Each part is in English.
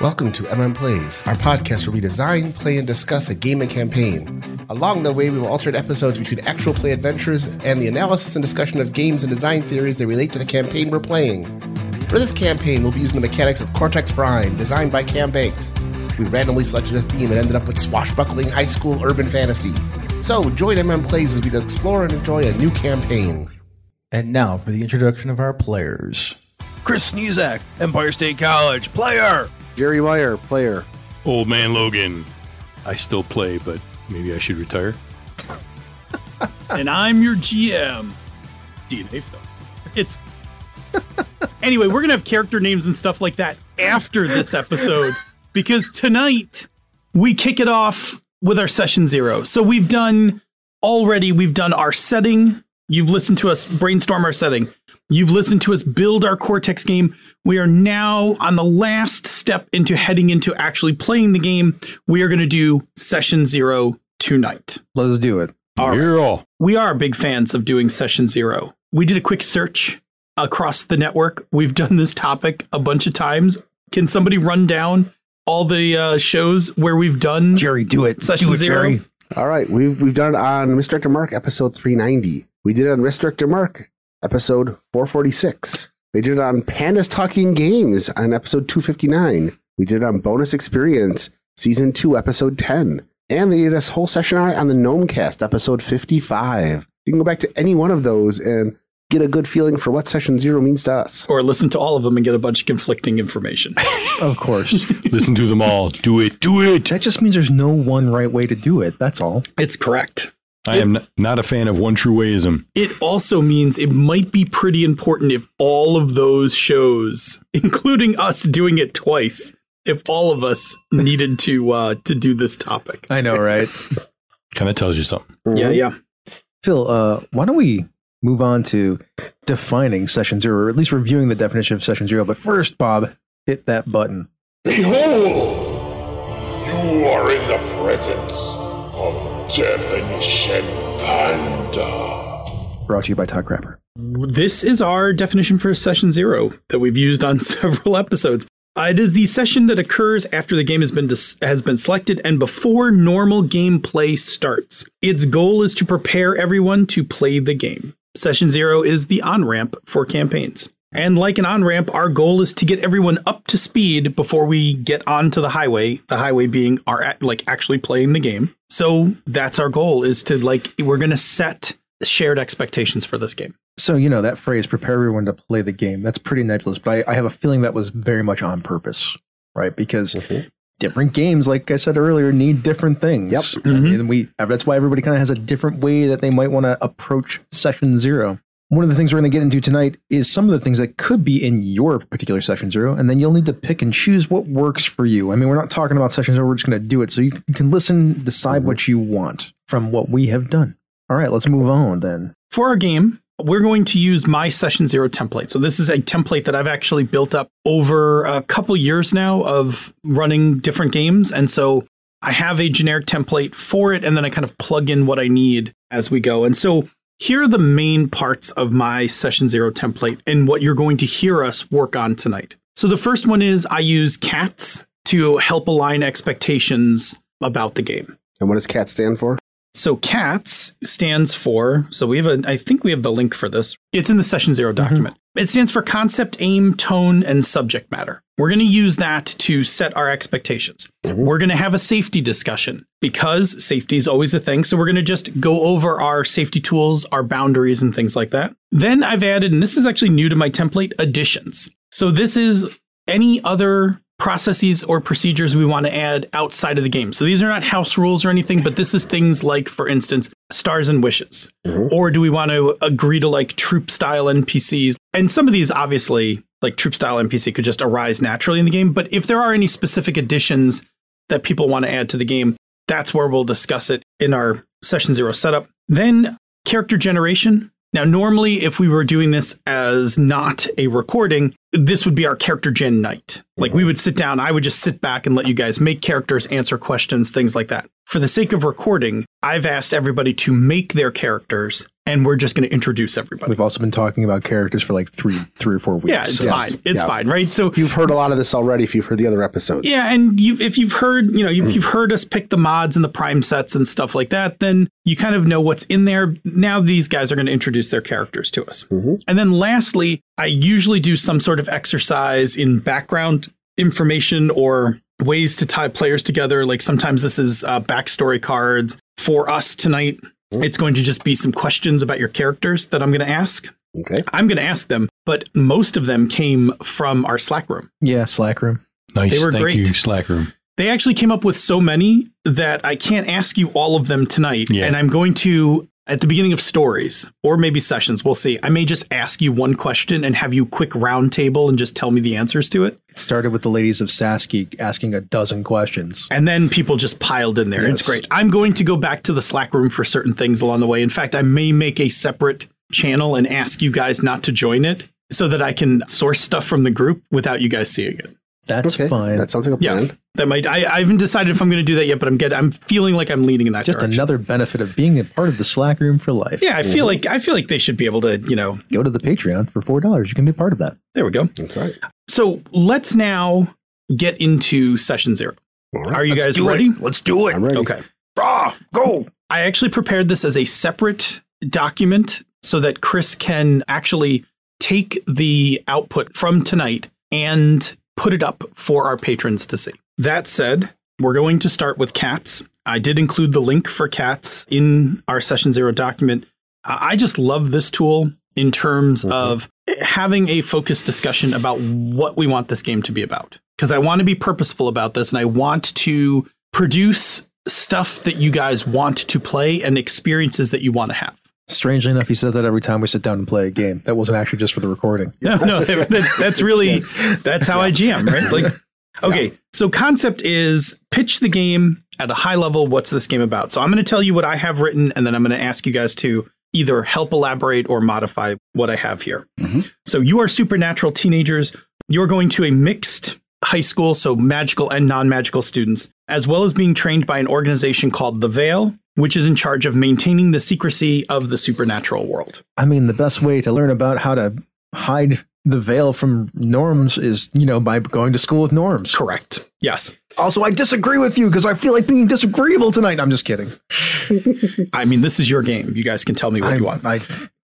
Welcome to MM Plays, our podcast where we design, play, and discuss a game and campaign. Along the way, we will alternate episodes between actual play adventures and the analysis and discussion of games and design theories that relate to the campaign we're playing. For this campaign, we'll be using the mechanics of Cortex Prime, designed by Cam Banks. We randomly selected a theme and ended up with swashbuckling high school urban fantasy. So join MM Plays as we explore and enjoy a new campaign. And now for the introduction of our players. Chris Snezak, Empire State College, player. Jerry Wire, player. Old Man Logan. I still play, but maybe I should retire. and I'm your GM. DNA though. It's anyway. We're gonna have character names and stuff like that after this episode because tonight we kick it off with our session zero. So we've done already. We've done our setting. You've listened to us brainstorm our setting. You've listened to us build our Cortex game. We are now on the last step into heading into actually playing the game. We are going to do session zero tonight. Let's do it. You're all. We are big fans of doing session zero. We did a quick search across the network. We've done this topic a bunch of times. Can somebody run down all the uh, shows where we've done Jerry, do it. session do it, zero? Jerry. All right, we've we've done it on Misdirector Mark episode 390. We did it on Misdirector Mark episode 446. They did it on Pandas Talking Games on episode 259. We did it on Bonus Experience season 2 episode 10. And they did a whole session on it on the Gnomecast episode 55. You can go back to any one of those and get a good feeling for what session 0 means to us. Or listen to all of them and get a bunch of conflicting information. Of course. Listen to them all. Do it. Do it. that just means there's no one right way to do it. That's all. it's correct. I am n- not a fan of one true wayism. It also means it might be pretty important if all of those shows, including us doing it twice, if all of us needed to uh, to do this topic. I know, right? Kind of tells you something. Yeah, yeah. Phil, uh, why don't we move on to defining session zero, or at least reviewing the definition of session zero? But first, Bob, hit that button. Behold, you are in the presence of Definition Panda. Brought to you by Todd Crapper. This is our definition for session zero that we've used on several episodes. Uh, it is the session that occurs after the game has been dis- has been selected and before normal gameplay starts. Its goal is to prepare everyone to play the game. Session zero is the on ramp for campaigns. And like an on ramp, our goal is to get everyone up to speed before we get onto the highway. The highway being our act- like actually playing the game. So that's our goal is to like we're gonna set shared expectations for this game. So, you know, that phrase, prepare everyone to play the game, that's pretty nebulous, but I, I have a feeling that was very much on purpose, right? Because Mm-hmm. different games, like I said earlier, need different things. Yep. Mhm. And we, that's why everybody kind of has a different way that they might want to approach session zero. One of the things we're going to get into tonight is some of the things that could be in your particular session zero, and then you'll need to pick and choose what works for you. I mean, we're not talking about session zero, we're just going to do it. So you, you can listen, decide Mm-hmm. what you want from what we have done. All right, let's move on then. for our game, we're going to use my session zero template. So this is a template that I've actually built up over a couple years now of running different games, and so I have a generic template for it, and then I kind of plug in what I need as we go. And so here are the main parts of my session zero template and what you're going to hear us work on tonight. So the first one is I use cats to help align expectations about the game. And what does CAT stand for? So CATS stands for, so we have a, I think we have the link for this. It's in the session zero document. It stands for concept, aim, tone, and subject matter. We're going to use that to set our expectations. We're going to have a safety discussion because safety is always a thing. So we're going to just go over our safety tools, our boundaries, and things like that. Then I've added, and this is actually new to my template, additions. So this is any other processes or procedures we want to add outside of the game. So these are not house rules or anything, but this is things like, for instance, stars and wishes. Or do we want to agree to like troop style NPCs? And some of these, obviously, like troop style NPC could just arise naturally in the game. But if there are any specific additions that people want to add to the game, that's where we'll discuss it in our session zero setup. Then character generation. Now, normally, if we were doing this as not a recording, this would be our character gen night. Like, we would sit down, I would just sit back and let you guys make characters, answer questions, things like that. For the sake of recording, I've asked everybody to make their characters and we're just going to introduce everybody. We've also been talking about characters for like three, three or four weeks. yeah, it's Yes. fine. It's Yeah. fine, right? So You've heard a lot of this already if you've heard the other episodes. Yeah, and you if you've heard, you know, you've, you've heard us pick the mods and the prime sets and stuff like that, then you kind of know what's in there. Now these guys are going to introduce their characters to us. And then lastly, I usually do some sort of exercise in background information or ways to tie players together. Like sometimes this is uh, backstory cards. For us tonight, it's going to just be some questions about your characters that I'm going to ask. Okay. I'm going to ask them, but most of them came from our Slack room. Yeah, Slack room. Nice. They were Thank great. you, Slackroom. They actually came up with so many that I can't ask you all of them tonight. Yeah. And I'm going to, at the beginning of stories or maybe sessions, we'll see. I may just ask you one question and have you quick round table and just tell me the answers to it. It started with the ladies of Sasky asking a dozen questions. And then people just piled in there. It's Yes. great. I'm going to go back to the Slack room for certain things along the way. In fact, I may make a separate channel and ask you guys not to join it so that I can source stuff from the group without you guys seeing it. That's Okay. fine. That sounds like a Yeah. plan. That might I, I haven't decided if I'm going to do that yet, but I'm get, I'm feeling like I'm leaning in that Just direction. another benefit of being a part of the Slack room for life. Yeah, I Mm-hmm. feel like I feel like they should be able to, you know. Go to the Patreon for four dollars. You can be a part of that. There we go. That's right. So let's now get into session zero. Are you guys ready? Let's do it. I'm ready. Okay. Ah, go. I actually prepared this as a separate document so that Chris can actually take the output from tonight and put it up for our patrons to see. That said, we're going to start with cats. I did include the link for cats in our session zero document. I I just love this tool in terms of having a focused discussion about what we want this game to be about. Because I want to be purposeful about this and I want to produce stuff that you guys want to play and experiences that you want to have. Strangely enough, he says that every time we sit down and play a game. That wasn't actually just for the recording. No, no, that, that's really that's how I jam, right? Like, okay, so concept is pitch the game at a high level. What's this game about? So I'm going to tell you what I have written, and then I'm going to ask you guys to either help elaborate or modify what I have here. So you are supernatural teenagers. You're going to a mixed high school, so magical and non magical students, as well as being trained by an organization called The Veil, which is in charge of maintaining the secrecy of the supernatural world. I mean, the best way to learn about how to hide the veil from norms is, you know, by going to school with norms. Correct. Yes. Also, I disagree with you because I feel like being disagreeable tonight. I'm just kidding. I mean, this is your game. You guys can tell me what I, you want. I,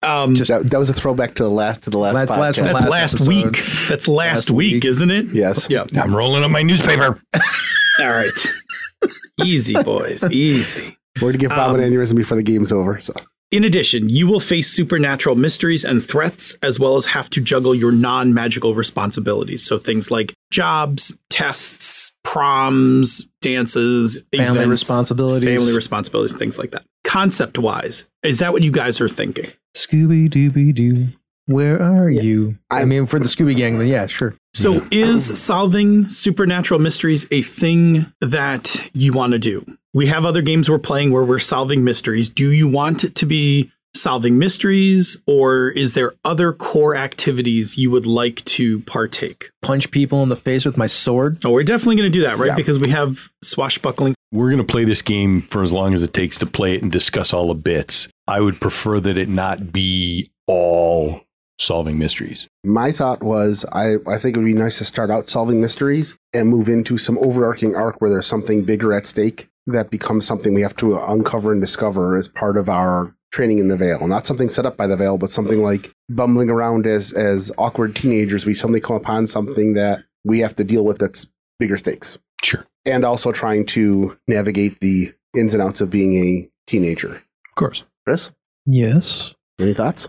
Um, Just that, that was a throwback to the last to the last Last- last podcast. one. that's last, episode. week. That's last, Last week, week. isn't it? Yes. Yeah. I'm rolling up my newspaper. All right. easy, boys. Easy. Um, We're gonna give Bob an aneurysm before the game's over. So In addition, you will face supernatural mysteries and threats, as well as have to juggle your non magical responsibilities. So things like jobs, tests, proms, dances, Family events, responsibilities. family responsibilities, things like that. Concept wise, is that what you guys are thinking? Scooby Dooby Doo, where are you? I, I- mean, for the Scooby Gang, then yeah, sure. So, is solving supernatural mysteries a thing that you want to do? We have other games we're playing where we're solving mysteries. Do you want it to be solving mysteries, or is there other core activities you would like to partake? Punch people in the face with my sword. Oh, we're definitely going to do that, right? Because we have swashbuckling. We're going to play this game for as long as it takes to play it and discuss all the bits. I would prefer that it not be all solving mysteries. my thought was I, I think it would be nice to start out solving mysteries and move into some overarching arc where there's something bigger at stake that becomes something we have to uncover and discover as part of our training in the veil not something set up by the veil but something like bumbling around as as awkward teenagers we suddenly come upon something that we have to deal with that's bigger stakes Sure. and also trying to navigate the ins and outs of being a teenager Of course. chris Yes. any thoughts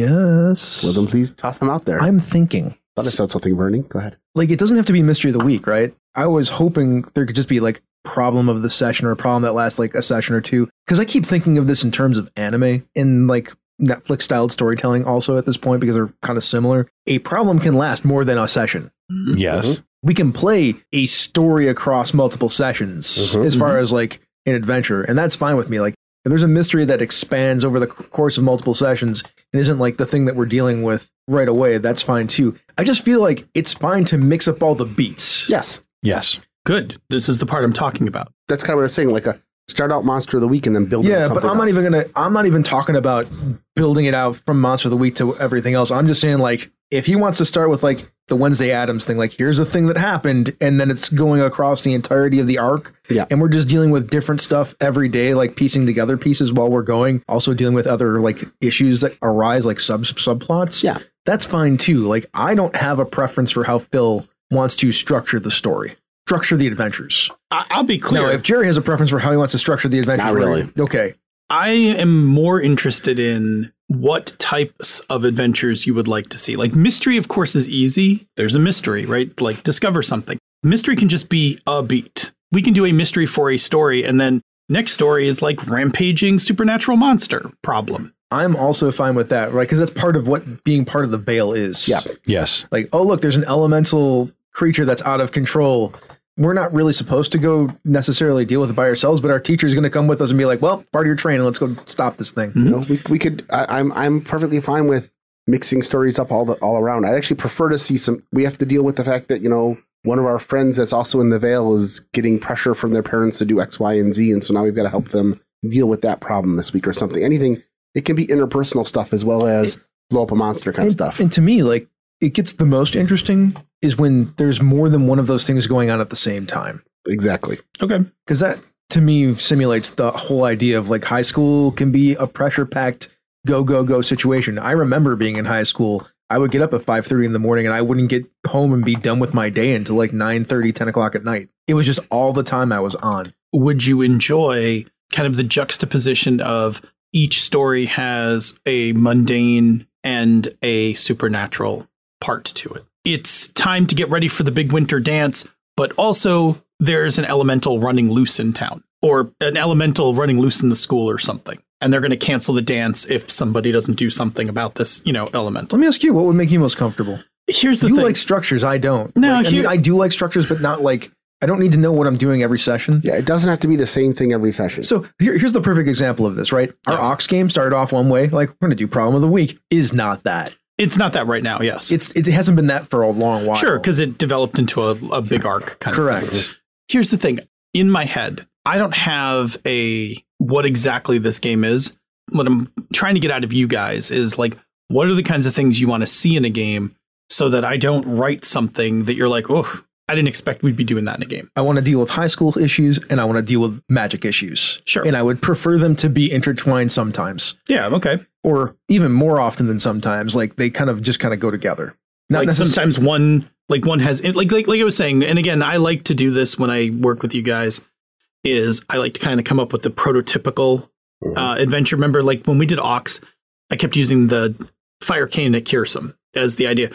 Yes. well then please toss them out there i I'm thinking. thought i said something burning go ahead like it doesn't have to be mystery of the week, right? I was hoping there could just be like problem of the session or a problem that lasts like a session or two. Because I keep thinking of this in terms of anime and like Netflix styled storytelling also at this point because they're kind of similar. A problem can last more than a session. Yes. Mm-hmm. We can play a story across multiple sessions Mhm. as far as like an adventure, and that's fine with me. Like if there's a mystery that expands over the c- course of multiple sessions and isn't like the thing that we're dealing with right away, that's fine too. I just feel like it's fine to mix up all the beats. yes Yes. Good. This is the part I'm talking about. that's kind of what I was saying. Like a Start out monster of the week and then build. into Yeah, but something I'm not else. even gonna. I'm not even talking about building it out from Monster of the Week to everything else. I'm just saying, like, if he wants to start with like the Wednesday Adams thing, like, here's a thing that happened, and then it's going across the entirety of the arc. Yeah. and we're just dealing with different stuff every day, like piecing together pieces while we're going. Also dealing with other like issues that arise, like sub subplots. Yeah. that's fine too. Like, I don't have a preference for how Phil wants to structure the story, structure the adventures. I- I'll be clear. No, if Jerry has a preference for how he wants to structure the adventures, Not we're- really. Okay, I am more interested in what types of adventures you would like to see. Like mystery, of course, is easy. There's a mystery, right? Like discover something. Mystery can just be a beat. We can do a mystery for a story, and then next story is like rampaging supernatural monster problem. I'm also fine with that, right? Because that's part of what being part of the veil is. Yeah. Yes. Like, oh, look, there's an elemental creature that's out of control. We're not really supposed to go necessarily deal with it by ourselves, but our teacher's going to come with us and be like, well, part of your training, let's go stop this thing. You know, we, we could. I, I'm I'm perfectly fine with mixing stories up all the all around. I actually prefer to see some. We have to deal with the fact that you know one of our friends that's also in the veil is getting pressure from their parents to do X, Y, and Z, and so now we've got to help them deal with that problem this week or something. Anything. It can be interpersonal stuff as well as blow up a monster kind and, of stuff. and to me, like, it gets the most interesting is when there's more than one of those things going on at the same time. exactly. Okay. because that to me simulates the whole idea of like high school can be a pressure packed go go go situation i remember being in high school i would get up at 5.30 in the morning and i wouldn't get home and be done with my day until like 9.30 10 o'clock at night it was just all the time i was on would you enjoy kind of the juxtaposition of each story has a mundane and a supernatural part to it? It's time to get ready for the big winter dance, but also there's an elemental running loose in town or an elemental running loose in the school or something. And they're going to cancel the dance if somebody doesn't do something about this, you know, elemental. let me ask you what would make you most comfortable Here's the you thing. like structures i don't No, Like, I, here- mean, I do like structures but not like i don't need to know what i'm doing every session Yeah, it doesn't have to be the same thing every session. So here, here's the perfect example of this, right? Our Ox game started off one way, like we're going to do problem of the week. Is not that. it's not that right now, yes. It's it hasn't been that for a long while. Sure, because it developed into a, a big arc kind of thing. correct. here's the thing in my head i don't have a what exactly this game is what i'm trying to get out of you guys is like what are the kinds of things you want to see in a game so that i don't write something that you're like oh i didn't expect we'd be doing that in a game I want to deal with high school issues and I want to deal with magic issues. Sure. And I would prefer them to be intertwined sometimes, yeah okay or even more often than sometimes. Like they kind of just kind of go together. Not like necessarily. sometimes one like one has like like like I was saying, and again, I like to do this when I work with you guys. Is I like to kind of come up with the prototypical uh, adventure. Remember, like when we did Ox, I kept using the fire cane at Kearsum as the idea.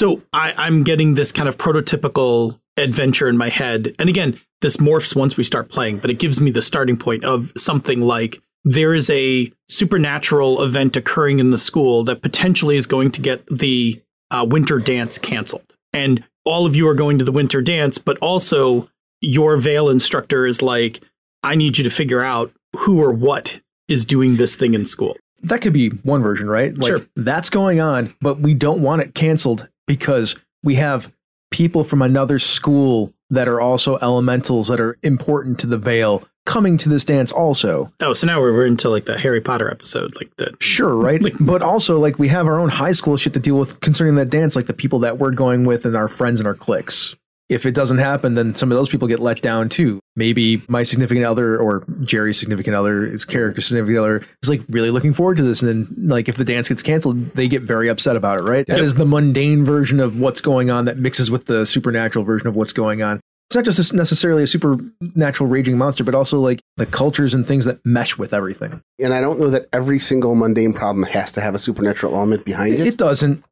So I, I'm getting this kind of prototypical adventure in my head, and again, this morphs once we start playing, but it gives me the starting point of something like there is a supernatural event occurring in the school that potentially is going to get the uh, winter dance canceled. And all of you are going to the winter dance, but also your veil instructor is like, I need you to figure out who or what is doing this thing in school. that could be one version, right? Like Sure. that's going on, but we don't want it canceled because we have people from another school that are also elementals that are important to the veil coming to this dance also. Oh, so now we're, we're into like the Harry Potter episode, like the Sure, right? but also like we have our own high school shit to deal with concerning that dance, like the people that we're going with and our friends and our cliques. If it doesn't happen, then some of those people get let down too. Maybe my significant other or Jerry's significant other, his character significant other, is like really looking forward to this. And then, like, if the dance gets canceled, they get very upset about it, right? That is the mundane version of what's going on that mixes with the supernatural version of what's going on. It's not just necessarily a supernatural raging monster, but also like the cultures and things that mesh with everything. and I don't know that every single mundane problem has to have a supernatural element behind It, it. it doesn't.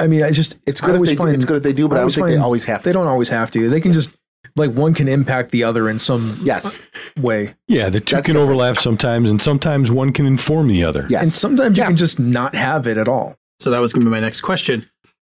I mean, I just it's I good. If always they, do- find- it's good if they do, but I, don't always think they find always have to. They don't always have to. They can just like one can impact the other in some Yes. way, Yeah, the two That's can different. overlap sometimes, and sometimes one can inform the other. Yes. and sometimes Yeah. you can just not have it at all. So that was going to be my next question.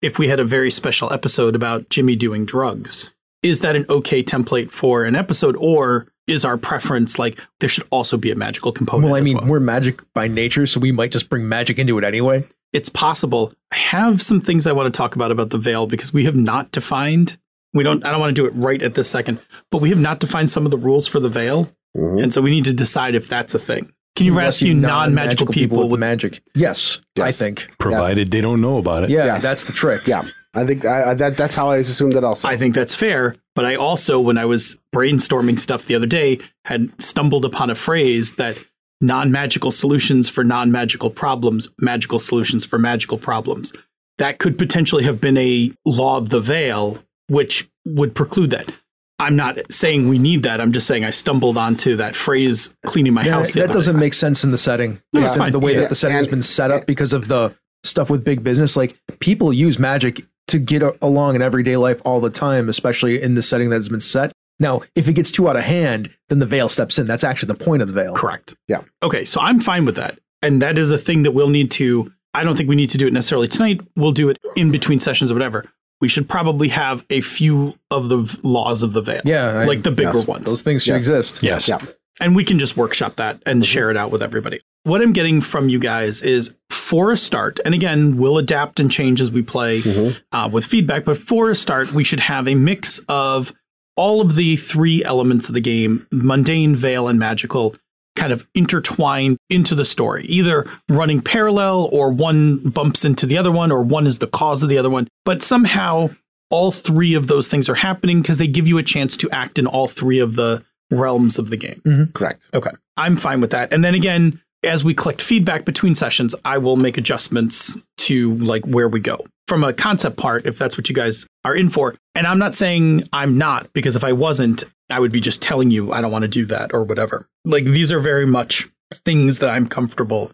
If we had a very special episode about Jimmy doing drugs, is that an okay template for an episode, or is our preference like there should also be a magical component? well, I as mean, well? we're magic by nature, so we might just bring magic into it anyway. it's possible. I have some things I want to talk about about the veil because we have not defined. We don't. I don't want to do it right at this second, but we have not defined some of the rules for the veil. And so we need to decide if that's a thing. Can Mm-hmm. you rescue non magical people, with magic? Yes, I think. provided they don't know about it. Yeah, Yes. that's the trick. Yeah, I think I, I, that that's how I assumed that also. I think that's fair. But I also, when I was brainstorming stuff the other day, had stumbled upon a phrase that non magical solutions for non magical problems, magical solutions for magical problems. That could potentially have been a law of the veil, which would preclude that. I'm not saying we need that. I'm just saying I stumbled onto that phrase cleaning my Yeah, house. the that other doesn't make sense in the setting. No, Based it's on fine. The way Yeah, that the setting has and- been set up because of the stuff with big business. Like people use magic to get a- along in everyday life all the time, especially in the setting that's been set. Now, if it gets too out of hand, then the veil steps in. That's actually the point of the veil. Correct. Yeah. Okay, so I'm fine with that. And that is a thing that we'll need to I don't think we need to do it necessarily tonight. We'll do it in between sessions or whatever. We should probably have a few of the v- laws of the veil. Yeah, I- like the bigger yes, ones. Those things should Yeah. exist. Yes. yeah, And we can just workshop that and share it out with everybody. What I'm getting from you guys is for a start, and again, we'll adapt and change as we play uh, with feedback, but for a start, we should have a mix of all of the three elements of the game mundane, veil, and magical kind of intertwined into the story, either running parallel or one bumps into the other one or one is the cause of the other one. But somehow all three of those things are happening because they give you a chance to act in all three of the realms of the game. correct. Okay. I'm fine with that. And then again, as we collect feedback between sessions, I will make adjustments to like where we go from a concept part, if that's what you guys are in for. And I'm not saying I'm not, because if I wasn't, I would be just telling you I don't want to do that or whatever. Like these are very much things that I'm comfortable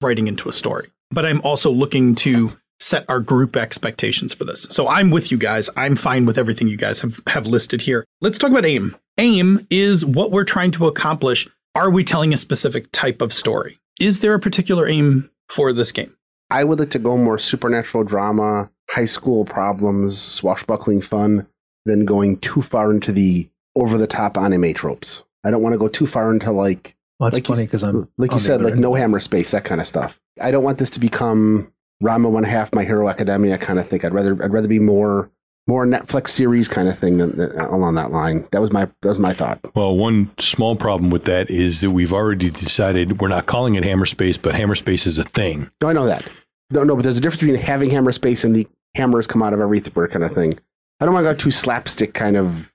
writing into a story. But I'm also looking to set our group expectations for this. So I'm with you guys. I'm fine with everything you guys have, have listed here. Let's talk about aim. Aim is what we're trying to accomplish. Are we telling a specific type of story? Is there a particular aim for this game? I would like to go more supernatural drama, high school problems, swashbuckling fun, than going too far into the over the top anime tropes. I don't want to go too far into like Well, that's Like you- funny because I'm like you Um, on the said, other like end. no hammer space, that kind of stuff. I don't want this to become Rama One Half, My Hero Academia kind of thing. I'd rather I'd rather be more more Netflix series kind of thing than, than along that line. That was my that was my thought. Well, one small problem with that is that we've already decided we're not calling it hammer space, but hammer space is a thing. No, I know that. No, no, but there's a difference between having hammer space and the hammers come out of everywhere kind of thing. I don't want to go too slapstick kind of.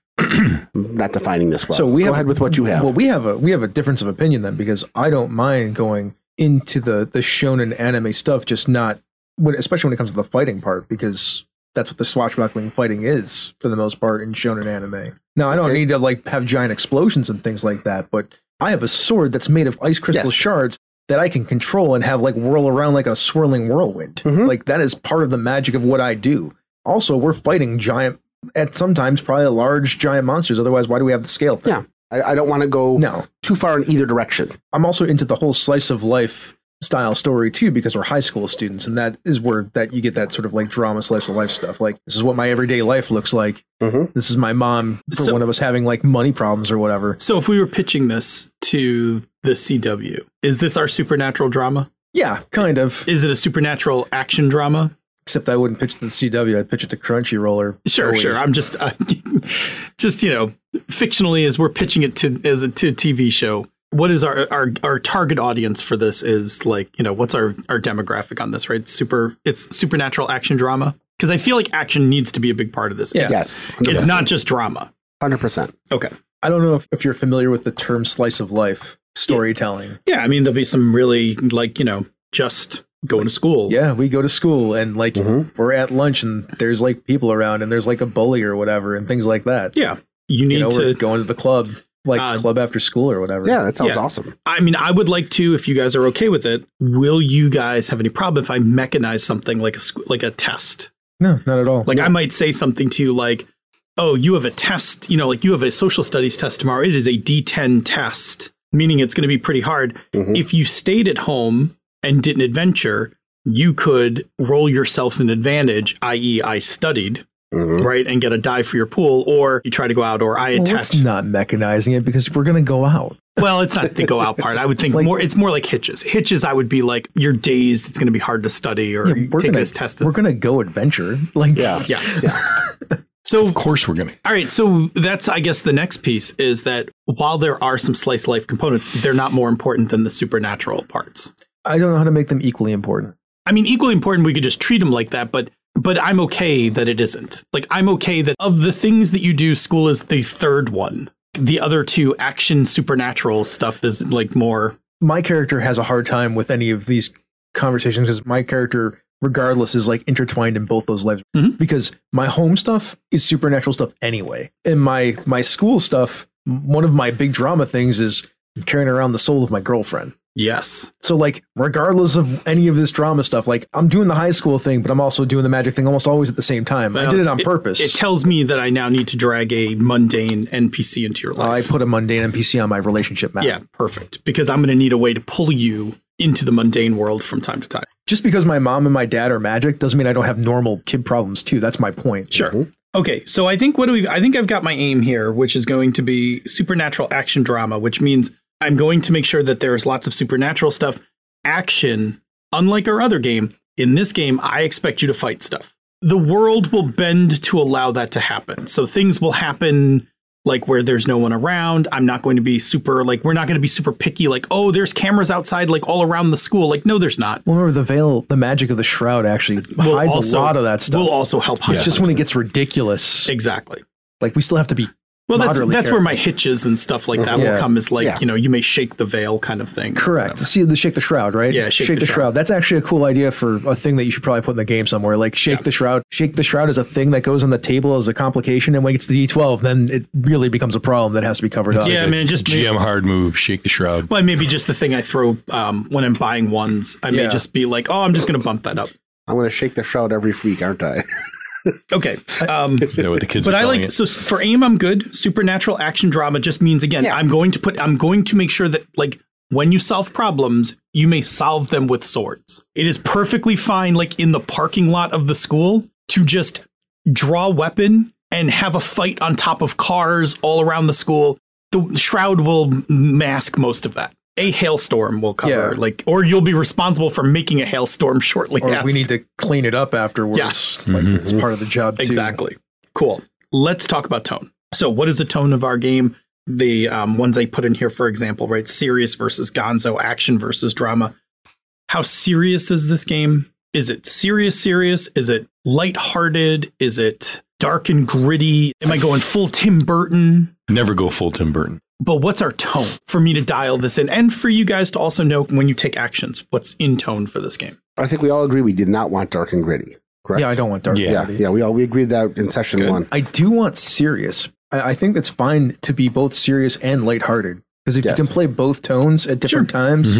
not defining this well. So we go have- ahead with what you have. Well, we have a we have a difference of opinion then because I don't mind going into the the shonen anime stuff, just not when, especially when it comes to the fighting part because that's what the swashbuckling fighting is for the most part in shonen anime. Now I don't Okay. need to like have giant explosions and things like that, but I have a sword that's made of ice crystal Yes. shards that I can control and have like whirl around like a swirling whirlwind. Mhm. Like that is part of the magic of what I do. Also, we're fighting giant at sometimes probably large giant monsters. Otherwise, why do we have the scale thing? yeah, I, I don't want to go No. too far in either direction. I'm also into the whole slice of life style story too because we're high school students and that is where that you get that sort of like drama slice of life stuff like this is what my everyday life looks like Mhm. this is my mom for Mm-hmm. So- one of us having like money problems or whatever So, if we were pitching this to the CW, is this our supernatural drama? yeah kind of Is it a supernatural action drama? except i wouldn't pitch it to the cw i'd pitch it to crunchyroll or Sure, Joey. sure. I'm just, I, just you know, fictionally as we're pitching it to as a to a TV show. What is our, our our target audience for this? Is like you know what's our our demographic on this? Right, super. It's supernatural action drama because I feel like action needs to be a big part of this. Yeah. Yes, it's not just drama. hundred percent. Okay. i don't know if, if you're familiar with the term slice of life storytelling Yeah, I mean there'll be some really like you know just going to school. yeah we go to school and like Mm-hmm. Mhm. we're at lunch and there's like people around and there's like a bully or whatever and things like that yeah. You need you know, to we're going to the club, like Uh, club after school or whatever. Yeah, that sounds Yeah. awesome. I mean, I would like to, if you guys are okay with it, will you guys have any problem if I mechanize something like a squ- like a test? No, not at all. Like I might say something to you like, "Oh, you have a test. You know, like you have a social studies test tomorrow. It is a D10 test, meaning it's going to be pretty hard. Mhm. If you stayed at home and didn't adventure, you could roll yourself an advantage, i.e., I studied." Mhm. Right, and get a die for your pool, or you try to go out, or I well, attach. let's not mechanizing it because we're going to go out. Well, it's not the go out part. I would think Like- more. It's more like hitches. Hitches, I would be like, you're dazed. It's going to be hard to study or Yeah, we're take gonna, this test. We're going to go adventure. Like, Yeah. Yes. So Of course, we're going to. All right, so that's I guess the next piece is that while there are some slice of life components, they're not more important than the supernatural parts. I don't know how to make them equally important. I mean, equally important, we could just treat them like that, but but I'm okay that it isn't. Like I'm okay that of the things that you do, school is the third one. The other two action supernatural stuff is like more My character has a hard time with any of these conversations because my character, regardless, is like intertwined in both those lives. Mhm. Because my home stuff is supernatural stuff anyway, and my my school stuff. One of my big drama things is carrying around the soul of my girlfriend. yes. So like regardless of any of this drama stuff, like I'm doing the high school thing, but I'm also doing the magic thing almost always at the same time. I Well, did it on purpose. Uh, It tells me that I now need to drag a mundane NPC into your Oh, I life. put a mundane NPC on my relationship map. yeah, perfect. Because I'm going to need a way to pull you into the mundane world from time to time. Just because my mom and my dad are magic doesn't mean I don't have normal kid problems too. That's my point. Sure. Okay, so I think what do we? I think I've got my aim here, which is going to be supernatural action drama, which means I'm going to make sure that there's lots of supernatural stuff. Action, unlike our other game, in this game, I expect you to fight stuff. The world will bend to allow that to happen. So things will happen like where there's no one around. I'm not going to be super like we're not going to be super picky like, "Oh, there's cameras outside like all around the school." Like, no, there's not. Well, remember the veil, the magic of the shroud actually We'll hides also- a lot of that stuff. We'll also help hide. it's just when it gets ridiculous. exactly. Like we still have to be Well, that's moderately that's where my hitches and stuff like that Yeah. will come. Is like Yeah. you know, you may shake the veil kind of thing. Correct. See the shake the shroud, right? Um, Yeah, shake the shroud. That's actually a cool idea for a thing that you should probably put in the game somewhere. Like shake the shroud. Shake the shroud is a thing that goes on the table as a complication, and when it gets to D twelve, then it really becomes a problem that has to be covered up. Yeah, I mean, just GM GM. hard move, shake the shroud. Well, maybe just the thing I throw um, when I'm buying ones. I may Yeah. just be like, oh, I'm just going to bump that up. I'm going to shake the shroud every week, aren't I? Okay. Um, Is that what the kids but are I calling like it? so for aim, I'm good. Supernatural action drama just means again, Yeah. I'm going to put, I'm going to make sure that like when you solve problems, you may solve them with swords. It is perfectly fine, like in the parking lot of the school, to just draw weapon and have a fight on top of cars all around the school. The shroud will mask most of that. A hailstorm will cover, Yeah. like, or you'll be responsible for making a hailstorm shortly Or after. we need to clean it up afterwards. Yes. Like Mm-hmm. it's part of the job too. Exactly. Cool. Let's talk about tone. So, what is the tone of our game? The um, ones I put in here, for example, right? Serious versus gonzo, action versus drama. How serious is this game? Is it serious, serious? Is it lighthearted? Is it dark and gritty? Am I going full Tim Burton? Never go full Tim Burton. But what's our tone for me to dial this in and for you guys to also know when you take actions, what's in tone for this game? I think we all agree we did not want dark and gritty, correct? Yeah, I don't want dark. Yeah. Yeah, gritty. yeah, we all we agreed that in session one. I do want serious. I, I think it's fine to be both serious and lighthearted. Because if Yes. Mm-hmm. you can play both tones at different times,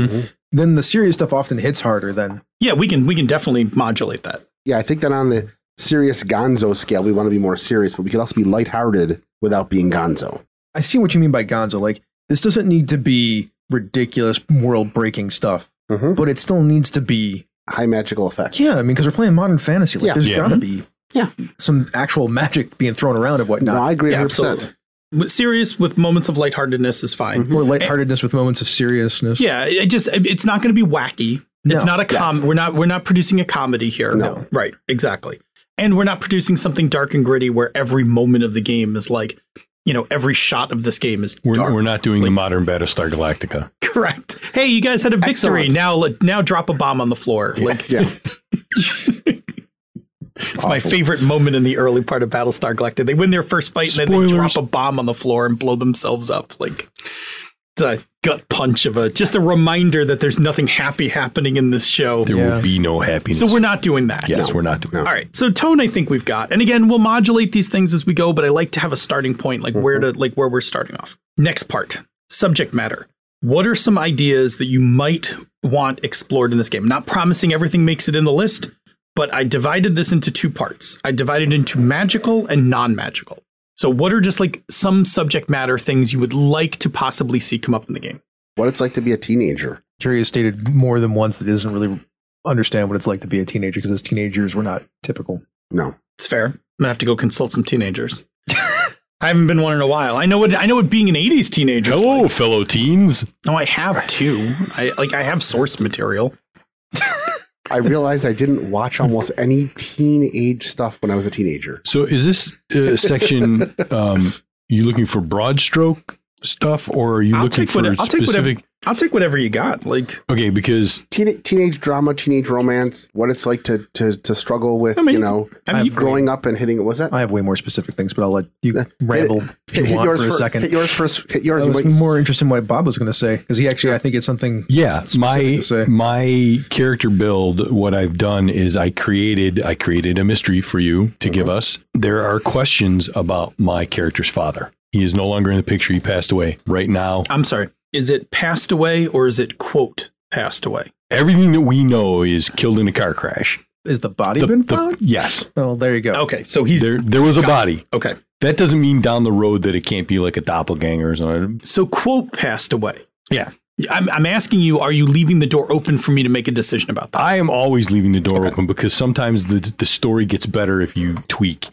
then the serious stuff often hits harder than Yeah, we can we can definitely modulate that. Yeah, I think that on the serious gonzo scale, we want to be more serious, but we could also be lighthearted without being gonzo. I see what you mean by gonzo. Like, this doesn't need to be ridiculous world breaking stuff, Mhm. but it still needs to be. High magical effect. Yeah, I mean, because we're playing modern fantasy. Like, Yeah. there's Yeah. got to be Yeah. some actual magic being thrown around and No, whatnot. I agree 100%. With- Serious with moments of lightheartedness is fine. Mm-hmm. More lightheartedness with moments of seriousness. Yeah, it just it's not going to be wacky. No. It's not a com. We're not we're not producing a comedy here. No. right, exactly. And we're not producing something dark and gritty where every moment of the game is like, you know, every shot of this game is We're, dark. we're not doing the modern Battlestar Galactica. Correct. Hey, you guys had a victory. Excellent. Now let now drop a bomb on the floor. Like Yeah. it's my favorite moment in the early part of Battlestar Galactica. They win their first fight and then they drop a bomb on the floor and blow themselves up. Like it's a gut punch of a just a reminder that there's nothing happy happening in this show. There will be no happiness. So we're not doing that. Yes, we're not doing. All right. So tone, I think we've got, and again, we'll modulate these things as we go. But I like to have a starting point, like where to, like where we're starting off. Next part, subject matter. What are some ideas that you might want explored in this game? Not promising everything makes it in the list, but I divided this into two parts. I divided into magical and non-magical. So what are just like some subject matter things you would like to possibly see come up in the game? What it's like to be a teenager. Jerry has stated more than once that he doesn't really understand what it's like to be a teenager because as teenagers, we're not typical. No. It's fair. I'm gonna have to go consult some teenagers. I haven't been one in a while. I know what I know what being an '80s teenager. is Oh, Hello, like. fellow teens. No, I have two. I like I have source material. I realized I didn't watch almost any teenage stuff when I was a teenager. So is this uh, section um, you looking for broad stroke stuff, or are you I'll looking take, for whatever, I'll, take whatever, specific? I'll take whatever you got. Like, Okay, because Teen, teenage drama, teenage romance, what it's like to to, to struggle with, mean, you know, I mean, you- growing up and hitting. Was that I have way more specific things, but I'll let you ramble if you hit, hit want yours for a fir- second. Hit yours first. Hit yours. I You was might- more interested in what Bob was going to say because he actually, I think it's something. Yeah, my specific to say. my character build. What I've done is I created I created a mystery for you to Uh-huh. give us. There are questions about my character's father. He is no longer in the picture. He passed away right now. I'm sorry. Is it passed away or is it quote passed away? Everything that we know is killed in a car crash. Is the body The- been the- found? yes, oh, there you go. Okay, so he's there there was a body. okay. That doesn't mean down the road that it can't be like a doppelganger or something. So quote passed away. Yeah. I'm, I'm asking you, are you leaving the door open for me to make a decision about that? I am always leaving the door open because sometimes the the story gets better if you tweak.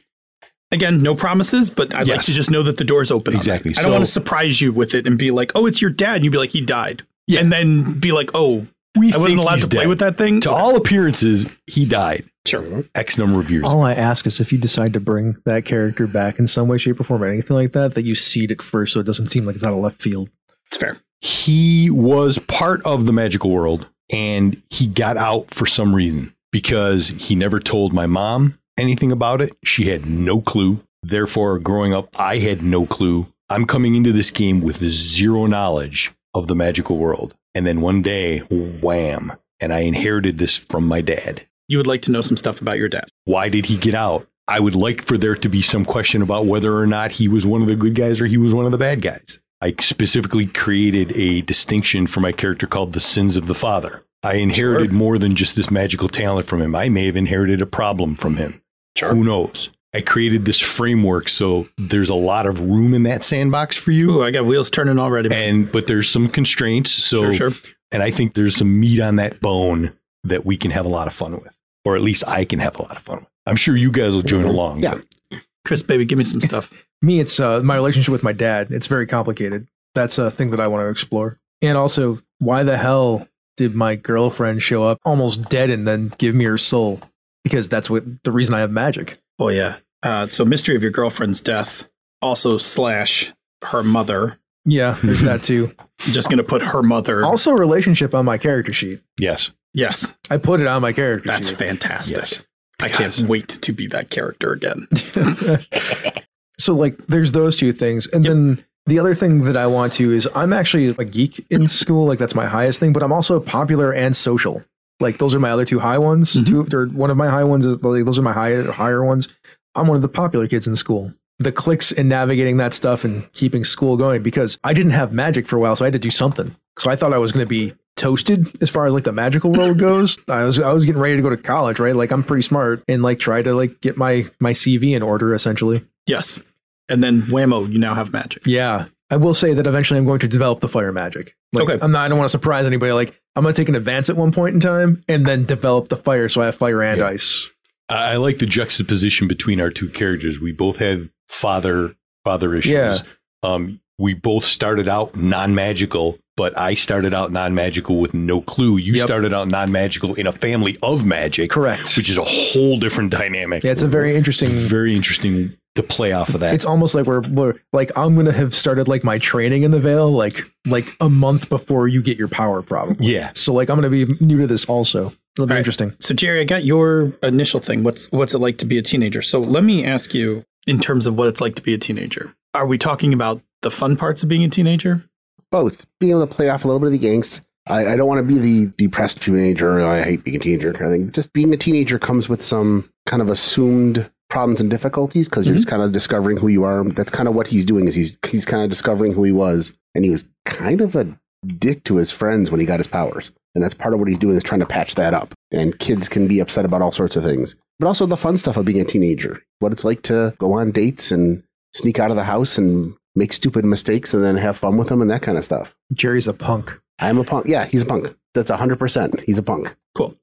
Again, no promises, but I'd like Yes. to just know that the door's open. on that. Exactly. I don't So- want to surprise you with it and be like, oh, it's your dad. And you'd be like, he died. Yeah. And then be like, oh, We I wasn't think allowed he's to play dead. with that thing. To all appearances, he died. Sure. X number of years. All I ask is if you decide to bring that character back in some way, shape, or form, or anything like that, that you seed it first so it doesn't seem like it's out of left field. It's fair. he was part of the magical world and he got out for some reason because he never told my mom anything about it. She had no clue. Therefore, growing up, I had no clue. I'm coming into this game with zero knowledge of the magical world. And then one day, wham, and I inherited this from my dad. You would like to know some stuff about your dad. Why did he get out? I would like for there to be some question about whether or not he was one of the good guys or he was one of the bad guys. I specifically created a distinction for my character called the sins of the father. I inherited more than just this magical talent from him. I may have inherited a problem from him. Who knows? I created this framework so there's a lot of room in that sandbox for you. Ooh, I got wheels turning already. And but there's some constraints. So sure, sure. and I think there's some meat on that bone that we can have a lot of fun with, or at least I can have a lot of fun with. I'm sure you guys will Mm-hmm. join along. Yeah. Chris, baby, give me some stuff. Me, it's uh, my relationship with my dad. It's very complicated. That's a thing that I want to explore. And also, why the hell did my girlfriend show up almost dead and then give me her soul? Because that's what the reason I have magic. Oh, yeah. Uh, so, mystery of your girlfriend's death, also slash her mother. Yeah, there's that too. Just going to put her mother. Also, relationship on my character sheet. Yes. yes, I put it on my character that's sheet. fantastic. Yes. I can't wait to be that character again. so like there's those two things and Yep. then the other thing that i want to is i'm actually a geek in school like that's my highest thing but i'm also popular and social like those are my other two high ones two or one of my high ones is like, those are my higher higher ones i'm one of the popular kids in school the clicks in navigating that stuff and keeping school going because i didn't have magic for a while so i had to do something so i thought i was going to be toasted as far as like the magical world goes i was i was getting ready to go to college right like i'm pretty smart and like try to like get my my cv in order essentially yes. And then whammo, you now have magic. yeah. I will say that eventually I'm going to develop the fire magic. Like, Okay. I'm not, I don't want to surprise anybody. Like, I'm going to take an advance at one point in time and then develop the fire so I have fire and ice. I, I like the juxtaposition between our two characters. We both have father father issues. Yeah. Um, we both started out non magical, but I started out non magical with no clue. You Yep. started out non magical in a family of magic, Correct. which is a whole different dynamic. yeah, it's a very interesting. very interesting to play off of that. It's almost like we're, we're like I'm going to have started like my training in the veil like like a month before you get your power probably. yeah. So like I'm going to be new to this also. It'll be All right. interesting. So Jerry, I got your initial thing. What's what's it like to be a teenager? So let me ask you in terms of what it's like to be a teenager. Are we talking about the fun parts of being a teenager? both being able to play off a little bit of the angst. I, I don't want to be the depressed teenager. I hate being a teenager kind of thing. Just being a teenager comes with some kind of assumed problems and difficulties because you're just kind of discovering who you are. That's kind of what he's doing is he's he's kind of discovering who he was, and he was kind of a dick to his friends when he got his powers, and that's part of what he's doing is trying to patch that up. And kids can be upset about all sorts of things, but also the fun stuff of being a teenager. What it's like to go on dates and sneak out of the house and make stupid mistakes and then have fun with them and that kind of stuff. Jerry's a punk. I'm a punk. Yeah, he's a punk. That's 100%. He's a punk. Cool.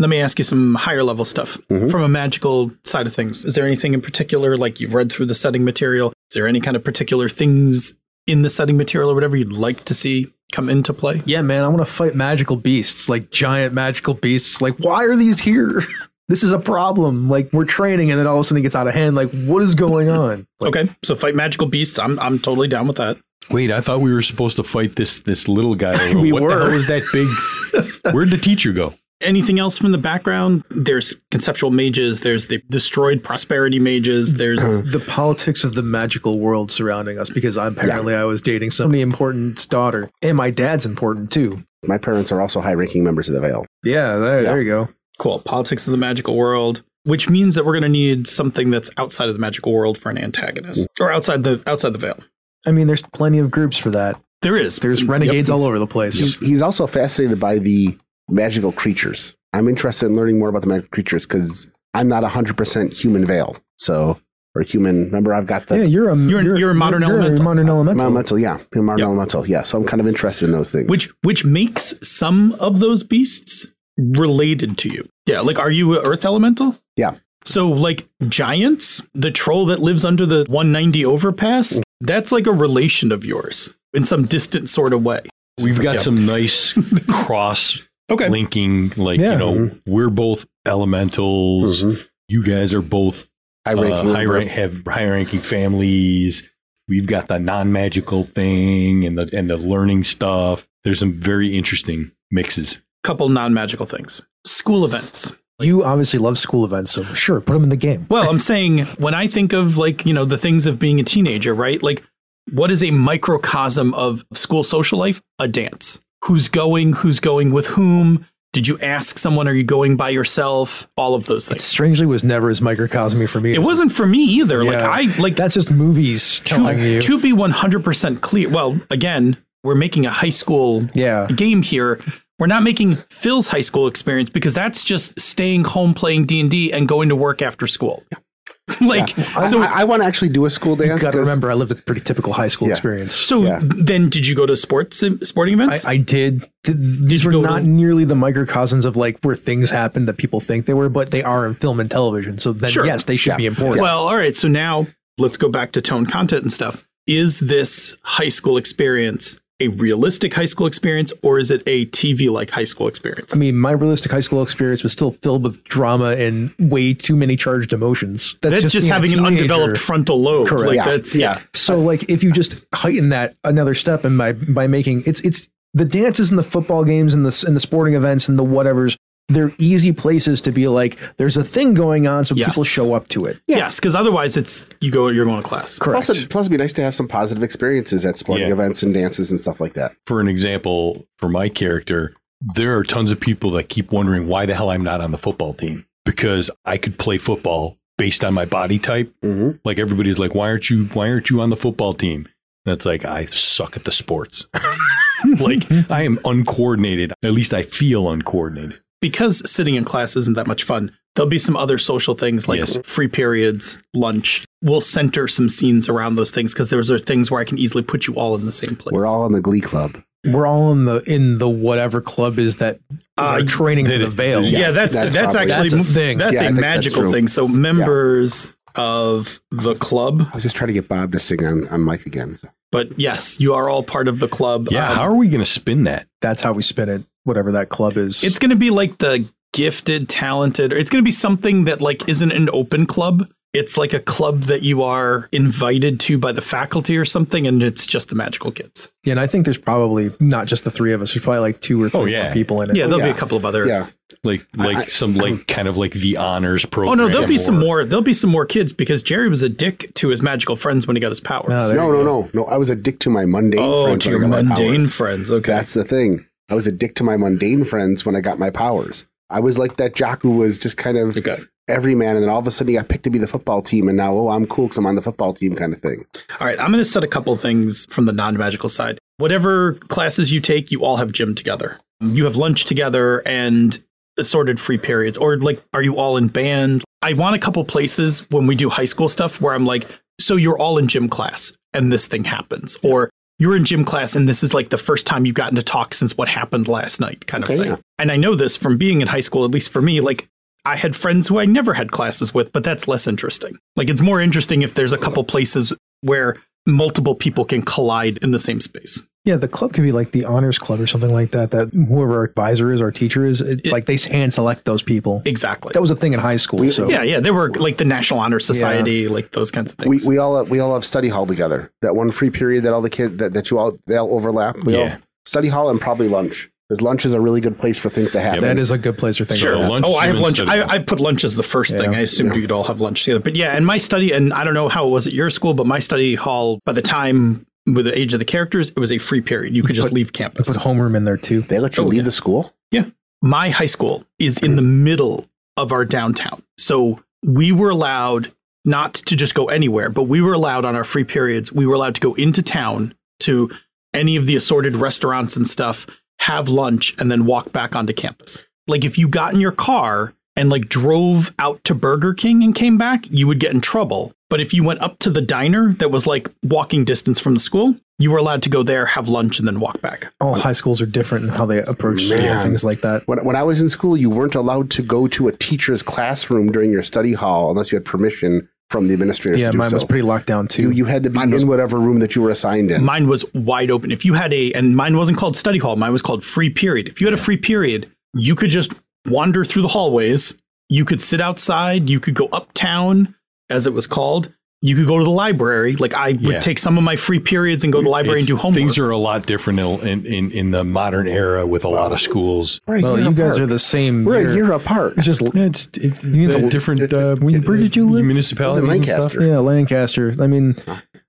Let me ask you some higher level stuff Mm-hmm. Mhm. from a magical side of things. Is there anything in particular, like you've read through the setting material? Is there any kind of particular things in the setting material or whatever you'd like to see? come into play? Yeah, man, I want to fight magical beasts, like giant magical beasts. Like, why are these here? This is a problem. Like, we're training, and then all of a sudden it gets out of hand. Like, what is going on? Like, Okay, so fight magical beasts. I'm I'm totally down with that. Wait, I thought we were supposed to fight this this little guy. We what were. the hell was that big? Where'd the teacher go? Anything else from the background? There's conceptual mages. There's the destroyed prosperity Mm-hmm. mages. There's The politics of the magical world surrounding us, because apparently I was dating somebody important's daughter, and my dad's important too. My parents are also high ranking members of the Vale. Yeah, there, there you go. cool politics of the magical world, which means that we're going to need something that's outside of the magical world for an antagonist Mm. or outside the outside the veil. I mean, there's plenty of groups for that. There is. Mm, There's renegades all over the place. He's, he's also fascinated by the magical creatures. I'm interested in learning more about the magical creatures because I'm not 100% human Vale. So, or human, remember I've got the yeah, you're a You're- you're a modern elemental. modern elemental. elemental, yeah, human Yep. elemental, yeah. So I'm kind of interested in those things. which which makes some of those beasts related to you. Yeah, like are you a earth elemental? Yeah. So like giants, the troll that lives under the 190 overpass, that's like a relation of yours in some distant sort of way. We've got Yeah. some nice cross Okay. linking, like Yeah. you know, we're both elementals. You guys are both high uh, ranking, high rank, have high ranking families. We've got the non magical thing and the and the learning stuff. There's some very interesting mixes. Couple non-magical things. School events. you obviously love school events, so sure, put them in the game. Well, I'm saying when I think of like, you know, the things of being a teenager, right? Like, what is a microcosm of school social life? A dance. Who's going? Who's going with whom? Did you ask someone? Are you going by yourself? All of those It things. strangely was never as microcosmy for me. It wasn't for me either. Like, Yeah. I, like, That's just movies telling to, you. to be 100% clear. Well, again, we're making a high school yeah. game here. We're not making Phil's high school experience because that's just staying home playing D&D and going to work after school. like I, so I, want to actually do a school dance. Got to 'cause- remember, I lived a pretty typical high school Yeah. experience. So Yeah. then, did you go to sports sporting I, events? I did. Th- These you were go not to- nearly the microcosms of like where things happen that people think they were, but they are in film and television. So then, Sure. yes, they should Yeah. be important. well, all right. So now let's go back to tone content and stuff. Is this high school experience a realistic high school experience, or is it a TV like high school experience? I mean, my realistic high school experience was still filled with drama and way too many charged emotions. that's just, being a having an teenager. undeveloped frontal lobe. Correct. Like Yeah. that's yeah. So like if you just heighten that another step and by by making it's it's the dances and the football games and the s- and the sporting events and the whatevers they're easy places to be like there's a thing going on so Yes. people show up to it. Yes, because otherwise it's you go you're going to class. Correct. Plus, it, plus, it'd be nice to have some positive experiences at sporting Yeah. events and dances and stuff like that. For an example, for my character, there are tons of people that keep wondering why the hell I'm not on the football team because I could play football based on my body type Mm-hmm. like everybody's like why aren't you why aren't you on the football team and it's like i suck at the sports like i am uncoordinated at least i feel uncoordinated Because sitting in class isn't that much fun. There'll be some other social things like Yes. free periods, lunch. We'll center some scenes around those things because those are things where I can easily put you all in the same place. We're all in the Glee Club. We're all in the in the whatever club is that is our Uh, training for the veil. Yeah, that's that's, that's probably- actually That's a thing. That's Yeah, I a think that's magical true. thing. So members of the club, I was just trying to get Bob to sing on, on mic again. So. but yes, you are all part of the club. yeah Um, how are we going to spin that That's how we spin it. Whatever that club is. it's going to be like the gifted, talented, or it's going to be something that like isn't an open club. It's like a club that you are invited to by the faculty or something, and it's just the magical kids. yeah, and I think there's probably not just the three of us. There's probably like two or three Oh, yeah. more people in it. Yeah, there'll yeah. be a couple of other. Yeah. like like some like kind of like the honors program Oh no, there'll be some or- more. There'll be some more kids because Jerry was a dick to his magical friends when he got his powers. No, there No, no, no, no. I was a dick to my mundane oh, friends. to when I your got my mundane powers. friends. Okay. That's the thing. I was a dick to my mundane friends when I got my powers. I was like that jock who was just kind of okay. every man, and then all of a sudden he got picked to be the football team, and now, oh, I'm cool because I'm on the football team kind of thing. All right, I'm going to set a couple things from the non magical side. Whatever classes you take, you all have gym together. You have lunch together and assorted free periods. Or, like, are you all in band? I want a couple places when we do high school stuff where I'm like, so you're all in gym class and this thing happens. Or you're in gym class and this is like the first time you've gotten to talk since what happened last night, kind Okay, of thing. yeah. And I know this from being in high school, at least for me, like, I had friends who I never had classes with, but that's less interesting. Like, it's more interesting if there's a couple places where multiple people can collide in the same space. Yeah, the club could be like the honors club or something like that. That whoever our advisor is, our teacher is, it, like they hand select those people. Exactly. That was a thing in high school. so yeah, yeah. They were like the National Honor Society, like those kinds of We, things. we all we all have study hall together. That one free period that all the kids that, that you all they all overlap. We all Yeah. study hall and probably lunch because lunch is a really good place for things to happen. that is a good place for things. Sure. Like that. Lunch oh, I have and lunch. study hall. I, I put lunch as the first thing. I assumed you'd all have lunch together. But yeah, and my study, and I don't know how it was at your school, but my study hall, by the time with the age of the characters, it was a free period. You could just leave campus. Put homeroom in there too. They let you leave the school. Yeah. My high school is in the middle of our downtown. So we were allowed not to just go anywhere, but we were allowed on our free periods, we were allowed to go into town to any of the assorted restaurants and stuff, have lunch, and then walk back onto campus. Like if you got in your car and like drove out to Burger King and came back, you would get in trouble. But if you went up to the diner that was like walking distance from the school, you were allowed to go there, have lunch, and then walk back. All high schools are different in how they approach Man. things like that. When, when I was in school, you weren't allowed to go to a teacher's classroom during your study hall unless you had permission from the administrators. Yeah, to do mine so. was pretty locked down too. You, you had to be in whatever room that you were assigned in. mine was wide open. If you had a, and mine wasn't called study hall, mine was called free period. If you had a free period, you could just wander through the hallways. You could sit outside. You could go uptown, as it was called. You could go to the library. Like I Yeah. would take some of my free periods and go to the library It's- and do homework. Things are a lot different in, in, in the modern era with a lot of schools. We're a well, year you guys apart. are the same. We're year. a year apart. It's just Yeah, it's it, need uh, to- different. Uh, Where did you live? Municipalities Well, in and stuff. Lancaster. yeah, Lancaster. I mean,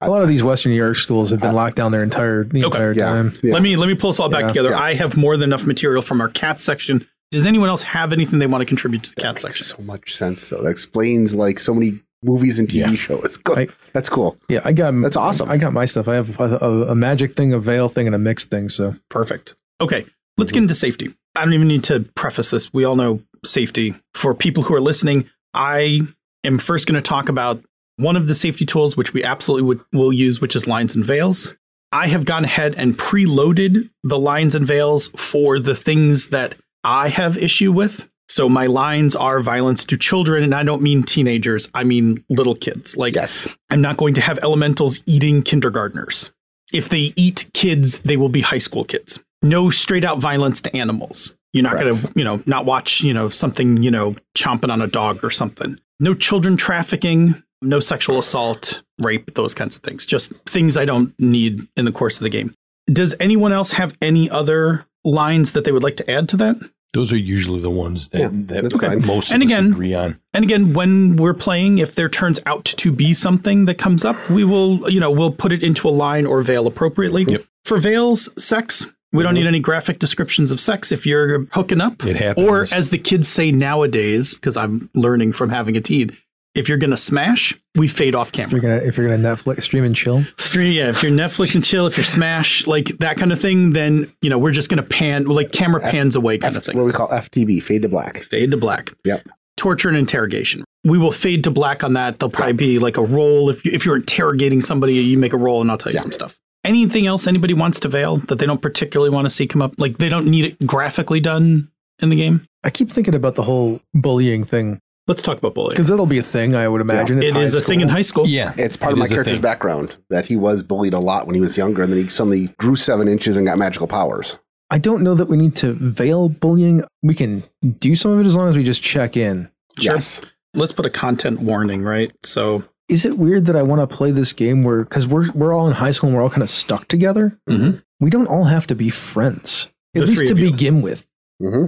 a lot of these Western New York schools have been locked down their entire the Okay. entire Yeah, time. yeah. Let me let me pull us all back Yeah. together. I have more than enough material from our cat section. Does anyone else have anything they want to contribute to the cat section? so much sense. though. that explains like so many movies and TV shows. Good. I- That's cool. Yeah, I got That's awesome. I got my stuff. I have a, a, a magic thing, a veil thing, and a mixed thing. So Perfect. Okay, let's get into safety. I don't even need to preface this. We all know safety. For people who are listening, I am first going to talk about one of the safety tools which we absolutely would, will use, which is lines and veils. I have gone ahead and preloaded the lines and veils for the things that I have issue with. So my lines are violence to children, and I don't mean teenagers. I mean little kids. Like Yes. I'm not going to have elementals eating kindergartners. If they eat kids, they will be high school kids. No straight out violence to animals. You're not going to, you know, not watch, you know, something, you know, chomping on a dog or something. No children trafficking, no sexual assault, rape, those kinds of things. Just things I don't need in the course of the game. Does anyone else have any other lines that they would like to add to that? Those are usually the ones that, Yeah, that that's fine. most And of again- us agree on. And again, when we're playing, if there turns out to be something that comes up, we will, you know, we'll put it into a line or veil appropriately. Yep. For veils, sex. We don't need any graphic descriptions of sex if you're hooking up. It happens. Or as the kids say nowadays, because I'm learning from having a teen, if you're gonna smash, we fade off camera. if you're gonna if you're gonna Netflix stream and chill, Stream, yeah. If you're Netflix and chill, if you're Smash, like that kind of thing, then you know we're just gonna pan, like camera pans away, kind of F- thing. what we call FTB, fade to black. Fade to black. Yep. Torture and interrogation. We will fade to black on that. There'll probably be like a roll. If, you, if you're interrogating somebody, you make a roll and I'll tell you some stuff. Anything else anybody wants to veil that they don't particularly want to see come up? Like they don't need it graphically done in the game? I keep thinking about the whole bullying thing Let's talk about bullying. because that'll be a thing. I would imagine. It high is a thing in school. high school. Yeah, It's part it of my is a character's thing. background that he was bullied a lot when he was younger, and then he suddenly grew seven inches and got magical powers. I don't know that we need to veil bullying. We can do some of it as long as we just check in. Sure. Yes. Let's put a content warning, right? So Is it weird that I want to play this game where because we're we're all in high school and we're all kind of stuck together? Mhm. We don't all have to be friends. At The least three to of you. begin with. hmm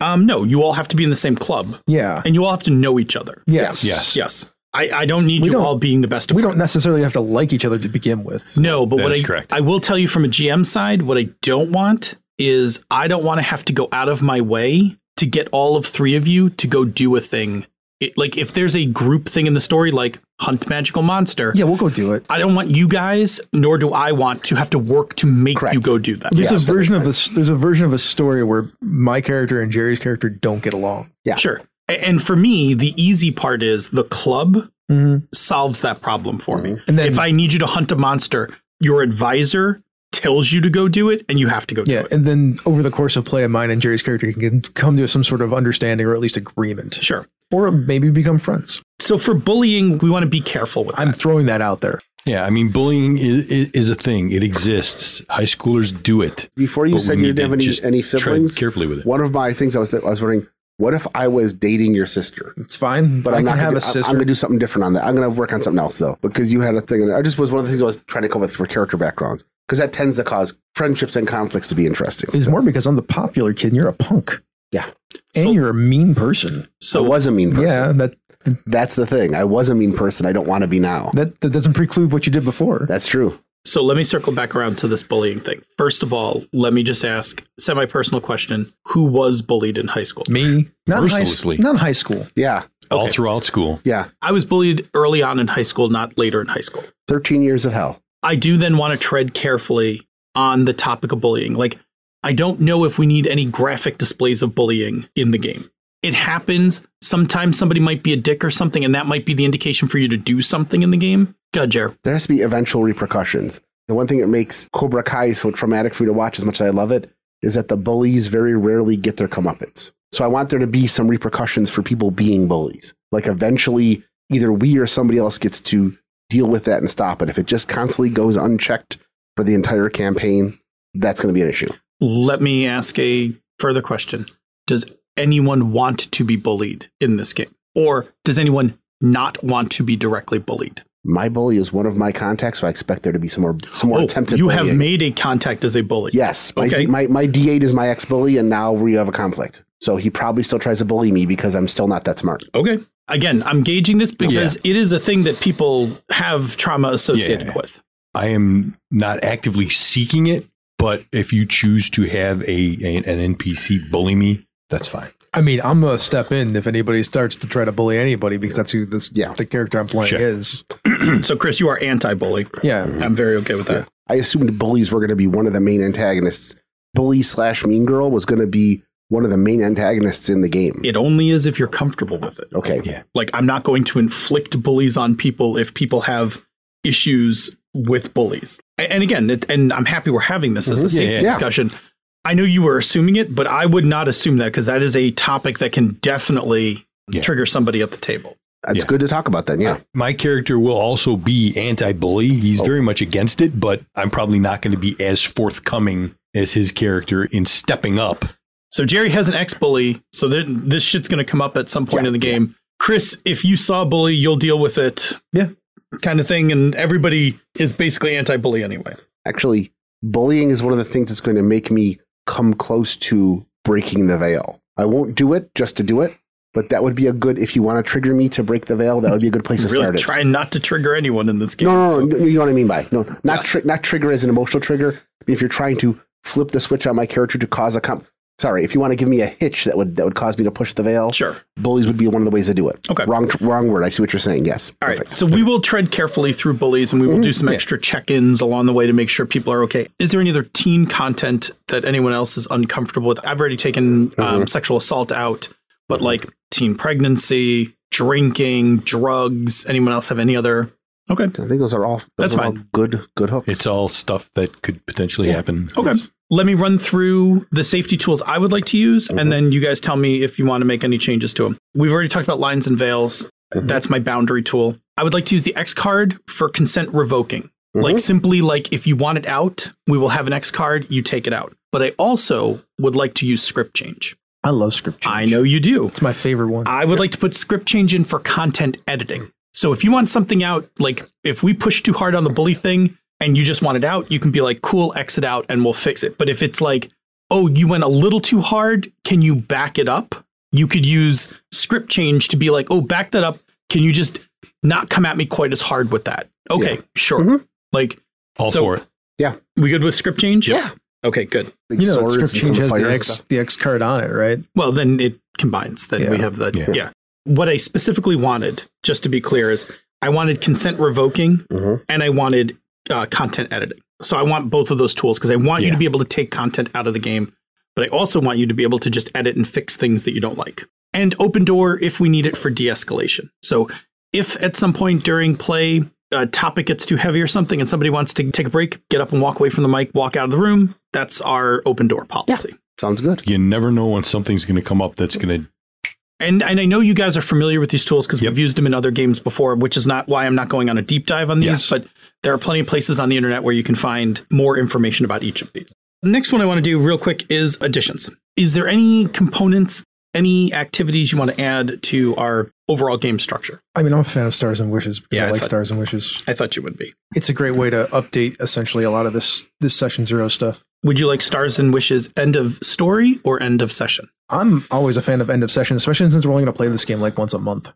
um, no, you all have to be in the same club Yeah. and you all have to know each other. Yes. Yes. Yes. I, I don't need We you don't- all being the best of We friends. don't necessarily have to like each other to begin with. No, but That what is I correct. I will tell you from a GM side, what I don't want is I don't want to have to go out of my way to get all of three of you to go do a thing. It, like if there's a group thing in the story, like hunt magical monster. Yeah, we'll go do it. I don't want you guys, nor do I want to have to work to make you go do that. There's Yeah, a that makes version of this. There's a version of a story where my character and Jerry's character don't get along. Sure. A- And for me, the easy part is the club Mm-hmm. solves that problem for me. And then if I need you to hunt a monster, your advisor tells you to go do it, and you have to go Yeah, do it. and then over the course of play, mine and Jerry's character can come to some sort of understanding or at least agreement, Sure. or maybe become friends. So for bullying, we want to be careful with I'm that. throwing that out there. Yeah, I mean, bullying is, is a thing. It exists. High schoolers do it. Before you But we said you need didn't have to any, just any tread siblings, carefully with it. One of my things I was, I was wondering, what if I was dating your sister? It's fine, But I I'm can not have gonna, a do- I'm- I'm sister. gonna do something different on that. I'm gonna work on something else though, because you had a thing. I just was one of the things I was trying to come up with for character backgrounds, because that tends to cause friendships and conflicts to be interesting. It's more because I'm the popular kid and you're a punk. Yeah. And So- you're a mean person. I so was a mean person. Yeah, that, That's the thing. I was a mean person. I don't want to be now. that that doesn't preclude what you did before. That's true. So let me circle back around to this bullying thing. First of all, let me just ask semi-personal question: Who was bullied in high school? Me, not in high, s- Mercilessly. not in high school. Yeah. All Okay. throughout school. Yeah. I was bullied early on in high school, not later in high school. 13 years of hell. I do then want to tread carefully on the topic of bullying. Like, I don't know if we need any graphic displays of bullying in the game. It happens. Sometimes somebody might be a dick or something, and that might be the indication for you to do something in the game. God, Jer. There has to be eventual repercussions. The one thing that makes Cobra Kai so traumatic for me to watch, as much as I love it, is that the bullies very rarely get their comeuppance. So I want there to be some repercussions for people being bullies. Like eventually, either we or somebody else gets to deal with that and stop it. If it just constantly goes unchecked for the entire campaign, that's going to be an issue. Let me ask a further question. Does anyone want to be bullied in this game? Or does anyone not want to be directly bullied? My bully is one of my contacts, so I expect there to be some more, some more Oh, attempted. you have bullying. made a contact as a bully. Yes. My, Okay. my, my D8 is my ex bully, and now we have a conflict. So he probably still tries to bully me because I'm still not that smart. Okay. Again, I'm gauging this because it is a thing that people have trauma associated Yeah. with. I am not actively seeking it, but if you choose to have a, a- an NPC bully me, that's fine. I mean, I'm gonna step in if anybody starts to try to bully anybody because that's who this Yeah. the character I'm playing Sure. is. So, Chris, you are anti-bully. Mm. Yeah, I'm very okay with that. I assumed bullies were going to be one of the main antagonists. Bully slash mean girl was going to be one of the main antagonists in the game. It only is if you're comfortable with it. Okay. Yeah. Like, I'm not going to inflict bullies on people if people have issues with bullies. A- And again, it, and I'm happy we're having this as a safety yeah. Yeah. discussion. I know you were assuming it, but I would not assume that because that is a topic that can definitely Yeah. trigger somebody at the table. It's Yeah. good to talk about then. Yeah. My character will also be anti-bully. He's very much against it, but I'm probably not going to be as forthcoming as his character in stepping up. So Jerry has an ex-bully, so th- this shit's going to come up at some point Yeah. in the game. Chris, if you saw a bully, you'll deal with it. Yeah. Kind of thing and everybody is basically anti-bully anyway. Actually, bullying is one of the things that's going to make me come close to breaking the veil. I won't do it just to do it, but that would be a good, if you want to trigger me to break the veil, that would be a good place to Really start it. trying not to trigger anyone in this game. No, so- no, no, no. You know what I mean by no, not Yes. tri- not trigger as an emotional trigger. If you're trying to flip the switch on my character to cause a comp, sorry, if you want to give me a hitch that would that would cause me to push the veil, Sure. bullies would be one of the ways to do it. Okay. wrong tr- wrong word. I see what you're saying. Yes, All right. So we will tread carefully through bullies and we will do some extra check-ins along the way to make sure people are okay. Is there any other teen content that anyone else is uncomfortable with? I've already taken um, sexual assault out, but like teen pregnancy, drinking, drugs, anyone else have any other Okay. I think those are all those That's are all fine. good good hooks. It's all stuff that could potentially happen. Okay. Let me run through the safety tools I would like to use, and then you guys tell me if you want to make any changes to them. We've already talked about lines and veils. That's my boundary tool. I would like to use the X card for consent revoking. Like simply like if you want it out, we will have an X card, you take it out. But I also would like to use script change. I love script. Change. I know you do. it's my favorite one. I would like to put script change in for content editing. So if you want something out, like if we push too hard on the bully thing and you just want it out, you can be like, cool, exit out and we'll fix it. But if it's like, oh, you went a little too hard, can you back it up? You could use script change to be like, oh, back that up. Can you just not come at me quite as hard with that? Okay, sure. Like, All So- for it. we good with script change? Yeah. Okay, good. Big you know, that swords script and some change has fire the and X stuff. the X card on it, right? Well, then it combines. Then we Yeah. have the yeah. Yeah. What I specifically wanted, just to be clear, is I wanted consent revoking Mhm. and I wanted uh, content editing. So I want both of those tools because I want you to Yeah. be able to take content out of the game, but I also want you to be able to just edit and fix things that you don't like. And open door if we need it for de escalation. So if at some point during play a topic gets too heavy or something and somebody wants to take a break, get up and walk away from the mic, walk out of the room, that's our open door policy. Sounds good. You never know when something's going to come up that's going to. And and I know you guys are familiar with these tools because we've used them in other games before, which is not why I'm not going on a deep dive on these, Yes. but there are plenty of places on the internet where you can find more information about each of these. The next one I want to do real quick is additions. Is there any components, any activities you want to add to our overall game structure? I mean, I'm a fan of Stars and Wishes because Yeah, I I like thought- Stars and Wishes. I thought you would be. It's a great way to update essentially a lot of this this session zero stuff. Would you like stars and wishes end of story or end of session? I'm always a fan of end of session, especially since we're only going to play this game like once a month.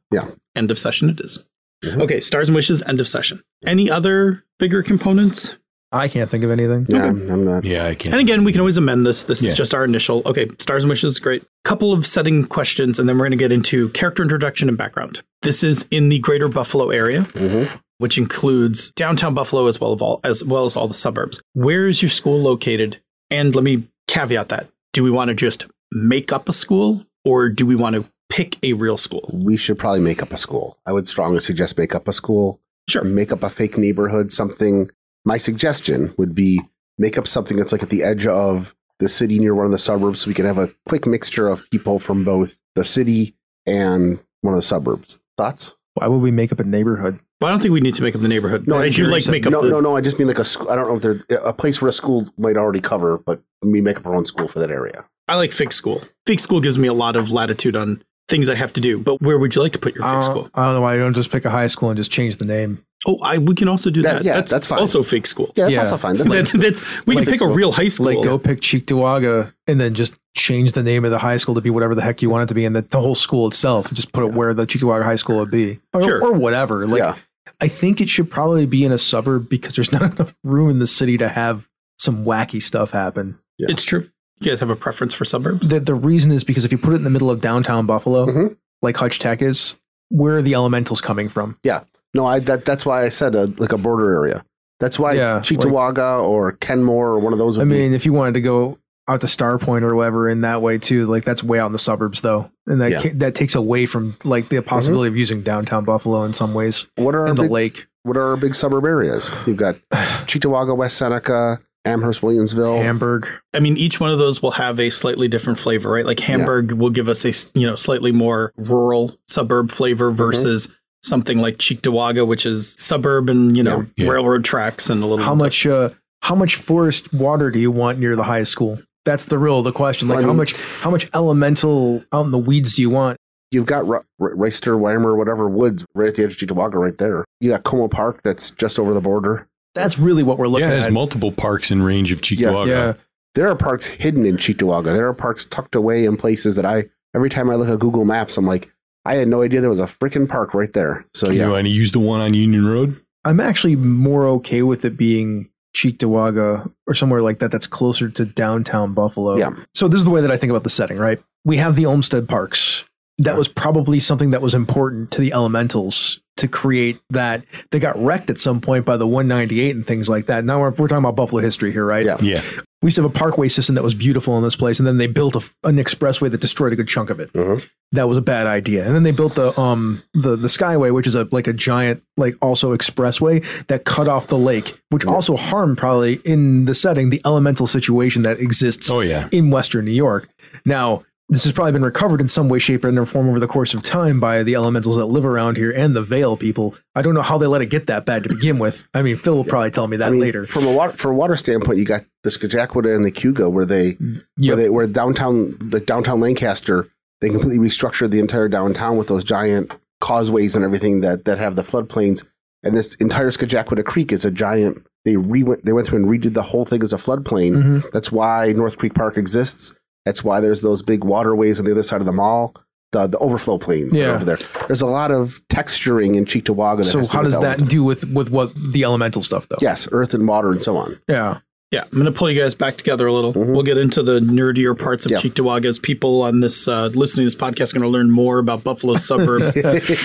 End of session it is. Okay, stars and wishes, end of session. Any other bigger components? I can't think of anything. Yeah, I'm- I'm not. Yeah, I can't. And again, we can always amend this. This Yeah. is just our initial. Okay, stars and wishes, great. Couple of setting questions, and then we're going to get into character introduction and background. This is in the greater Buffalo area, mm-hmm. which includes downtown Buffalo as well of all as well as all the suburbs. Where is your school located? And let me caveat that: Do we want to just make up a school, or do we want to pick a real school? We should probably make up a school. I would strongly suggest make up a school. Sure. Make up a fake neighborhood. Something. My suggestion would be make up something that's like at the edge of the city near one of the suburbs, so we can have a quick mixture of people from both the city and one of the suburbs. Thoughts? Why would we make up a neighborhood? Well, I don't think we need to make up the neighborhood. No, but I do like make up no, the no, no. I just mean like a school. I don't know if there a place where a school might already cover, but we make up our own school for that area. I like fake school. Fake school gives me a lot of latitude on things I have to do. But where would you like to put your fake Uh, school? I don't know why you don't just pick a high school and just change the name. Oh, I we can also do That- that. yeah, that's fine. Also fake school. Yeah, that's Yeah. also fine. That's That- that's we like can pick school. a real high school. Like go pick Cheektowaga and then just change the name of the high school to be whatever the heck you want it to be, and the, the whole school itself just put it where the Cheektowaga High School would be, or, Sure. or whatever. Like yeah, I think it should probably be in a suburb because there's not enough room in the city to have some wacky stuff happen. It's true. You guys have a preference for suburbs? The, the reason is because if you put it in the middle of downtown Buffalo, Mhm. like Hutch Tech is, where are the elementals coming from? yeah. No, I that that's why I said a, like a border area. That's why Yeah, like- Cheektowaga or Kenmore or one of those. Would I mean, if you wanted to go out to Star Point or whatever in that way too, like that's way out in the suburbs though, and that Yeah. ca- that takes away from like the possibility of using downtown Buffalo in some ways be, what are our and the big, lake, what are our big suburb areas? You've got Cheektowaga, West Seneca, Amherst, Williamsville. Hamburg. I mean, each one of those will have a slightly different flavor, right? Like Hamburg will give us a s- you know slightly more rural suburb flavor versus something like Cheektowaga, which is suburban, you know, Yeah. Yeah. railroad tracks and a little. How much uh, how much forest water do you want near the high school? That's the real the question. Like I how mean- much how much elemental out in the weeds do you want? You've got Re- Re- Reister, Weimer, whatever woods right at the edge of Cheektowaga, right there. You got Como Park, that's just over the border. That's really what we're looking yeah, there's at. multiple parks in range of Cheektowaga. Yeah. There are parks hidden in Cheektowaga. There are parks tucked away in places that I every time I look at Google Maps, I'm like, I had no idea there was a freaking park right there. So You yeah, want to use the one on Union Road? I'm actually more okay with it being Cheektowaga or somewhere like that that's closer to downtown Buffalo. Yeah. So this is the way that I think about the setting, right? We have the Olmsted Parks. That was probably something that was important to the elementals to create that. They got wrecked at some point by the 198 and things like that. Now we're, we're talking about Buffalo history here, right? Yeah. Yeah. We used to have a parkway system that was beautiful in this place, and then they built a, an expressway that destroyed a good chunk of it. Mhm. That was a bad idea. And then they built the um the the skyway, which is a like a giant like also expressway that cut off the lake, which also harmed probably in the setting the elemental situation that exists Oh, yeah. in Western New York. Now, this has probably been recovered in some way, shape, or form over the course of time by the elementals that live around here and the Vale people. I don't know how they let it get that bad to begin with. I mean, Phil will probably tell me that I mean, later. From a water, from a water standpoint, you got the Skajakwita and the Cougar, where they Yep. where they where downtown the downtown Lancaster, they completely restructured the entire downtown with those giant causeways and everything that that have the floodplains. And this entire Skajakwita Creek is a giant. They re went, they went through and redid the whole thing as a floodplain. Mm-hmm. That's why North Creek Park exists. That's why there's those big waterways on the other side of the mall. The, the overflow plains Yeah. over there. There's a lot of texturing in Cheektowaga. That So has to how be does that developed. do with with what the elemental stuff though? Yes, earth and water and so on. Yeah. Yeah, I'm going to pull you guys back together a little. Mhm. We'll get into the nerdier parts of Yeah. Cheektowaga as people on this uh, listening to this podcast are going to learn more about Buffalo suburbs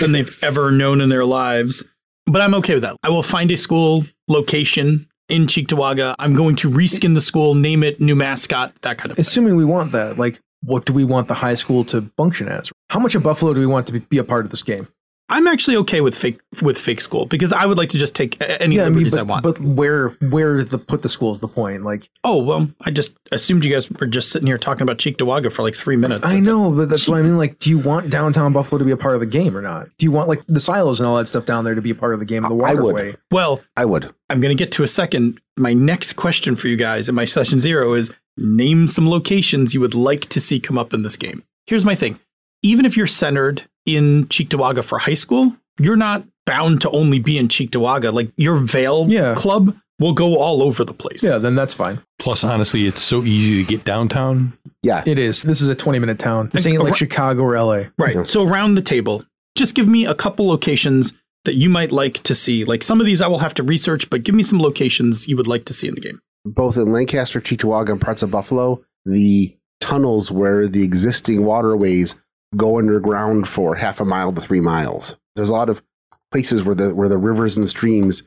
than they've ever known in their lives. But I'm okay with that. I will find a school location in Cheektowaga. I'm going to reskin the school, name it new mascot, that kind of thing. Assuming we want that, like what do we want the high school to function as? How much of Buffalo do we want to be, be a part of this game? I'm actually okay with fake with fake school because I would like to just take a- any Yeah, I mean, liberties but, I want. but where where the put the school is the point. Like oh well, I just assumed you guys were just sitting here talking about Cheektowaga for like three minutes. I know, but that's what I mean. Like, do you want downtown Buffalo to be a part of the game or not? Do you want like the silos and all that stuff down there to be a part of the game? The I would. waterway. Well, I would. I'm going to get to a second. My next question for you guys in my session zero is name some locations you would like to see come up in this game. Here's my thing even if you're centered in Cheektowaga for high school, you're not bound to only be in Cheektowaga. Like your Vale Yeah. club will go all over the place. Yeah, then that's fine. Plus, honestly, it's so easy to get downtown. Yeah. It is. This is a 20 minute town. This ain't like Chicago or LA. Right. So around the table, just give me a couple locations that you might like to see. Like some of these I will have to research, but give me some locations you would like to see in the game. both in Lancaster, Cheektowaga, and parts of Buffalo, the tunnels where the existing waterways go underground for half a mile to three miles. There's a lot of places where the where the rivers and streams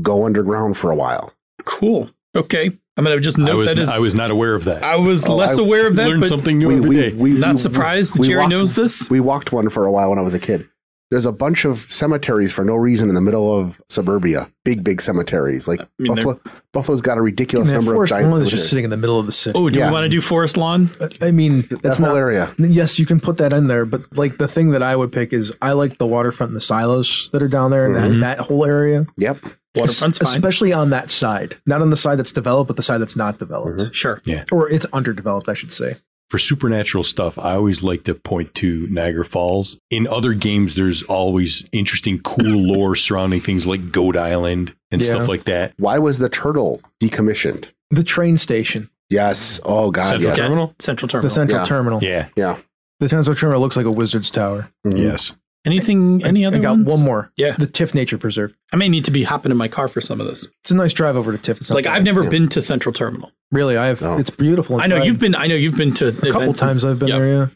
go underground for a while. Cool. Okay. I'm going to just I note was that as I was not aware of that. I was Oh, less I aware of that, Learn but something new every day. not surprised that we Jerry walked- knows this. We walked one for a while when I was a kid. There's a bunch of cemeteries for no reason in the middle of suburbia. Big, big cemeteries. Like mean, they're- Buffalo, Buffalo's got a ridiculous Man, number of Forest giant Lawn is just cemeteries. sitting in the middle of the city. Oh, do Yeah. we want to do Forest Lawn? I mean, that's That whole not. area. Yes, you can put that in there, but like the thing that I would pick is I like the waterfront and the silos that are down there and Mm-hmm. that, that whole area. Yep. Waterfront's Es- fine. Especially on that side. Not on the side that's developed, but the side that's not developed. Mm-hmm. Sure. Or it's underdeveloped, I should say. for supernatural stuff, I always like to point to Niagara Falls. In other games, there's always interesting, cool lore surrounding things like Goat Island and Yeah. stuff like that. Why was the turtle decommissioned? The train station, Yes. Oh God. Central yes. Terminal? Central the Terminal. central Yeah. terminal. Yeah. The central terminal looks like a wizard's tower. Mhm. Yes. Anything? Any other I got ones? one more. Yeah. The Tiff Nature Preserve. I may need to be hopping in my car for some of this. It's a nice drive over to Tiff. It's not Like bad. I've never been to Central Terminal. really. I have. No. It's beautiful. I know inside. you've been. I know you've been to a couple times. I've been yeah. there. Yeah.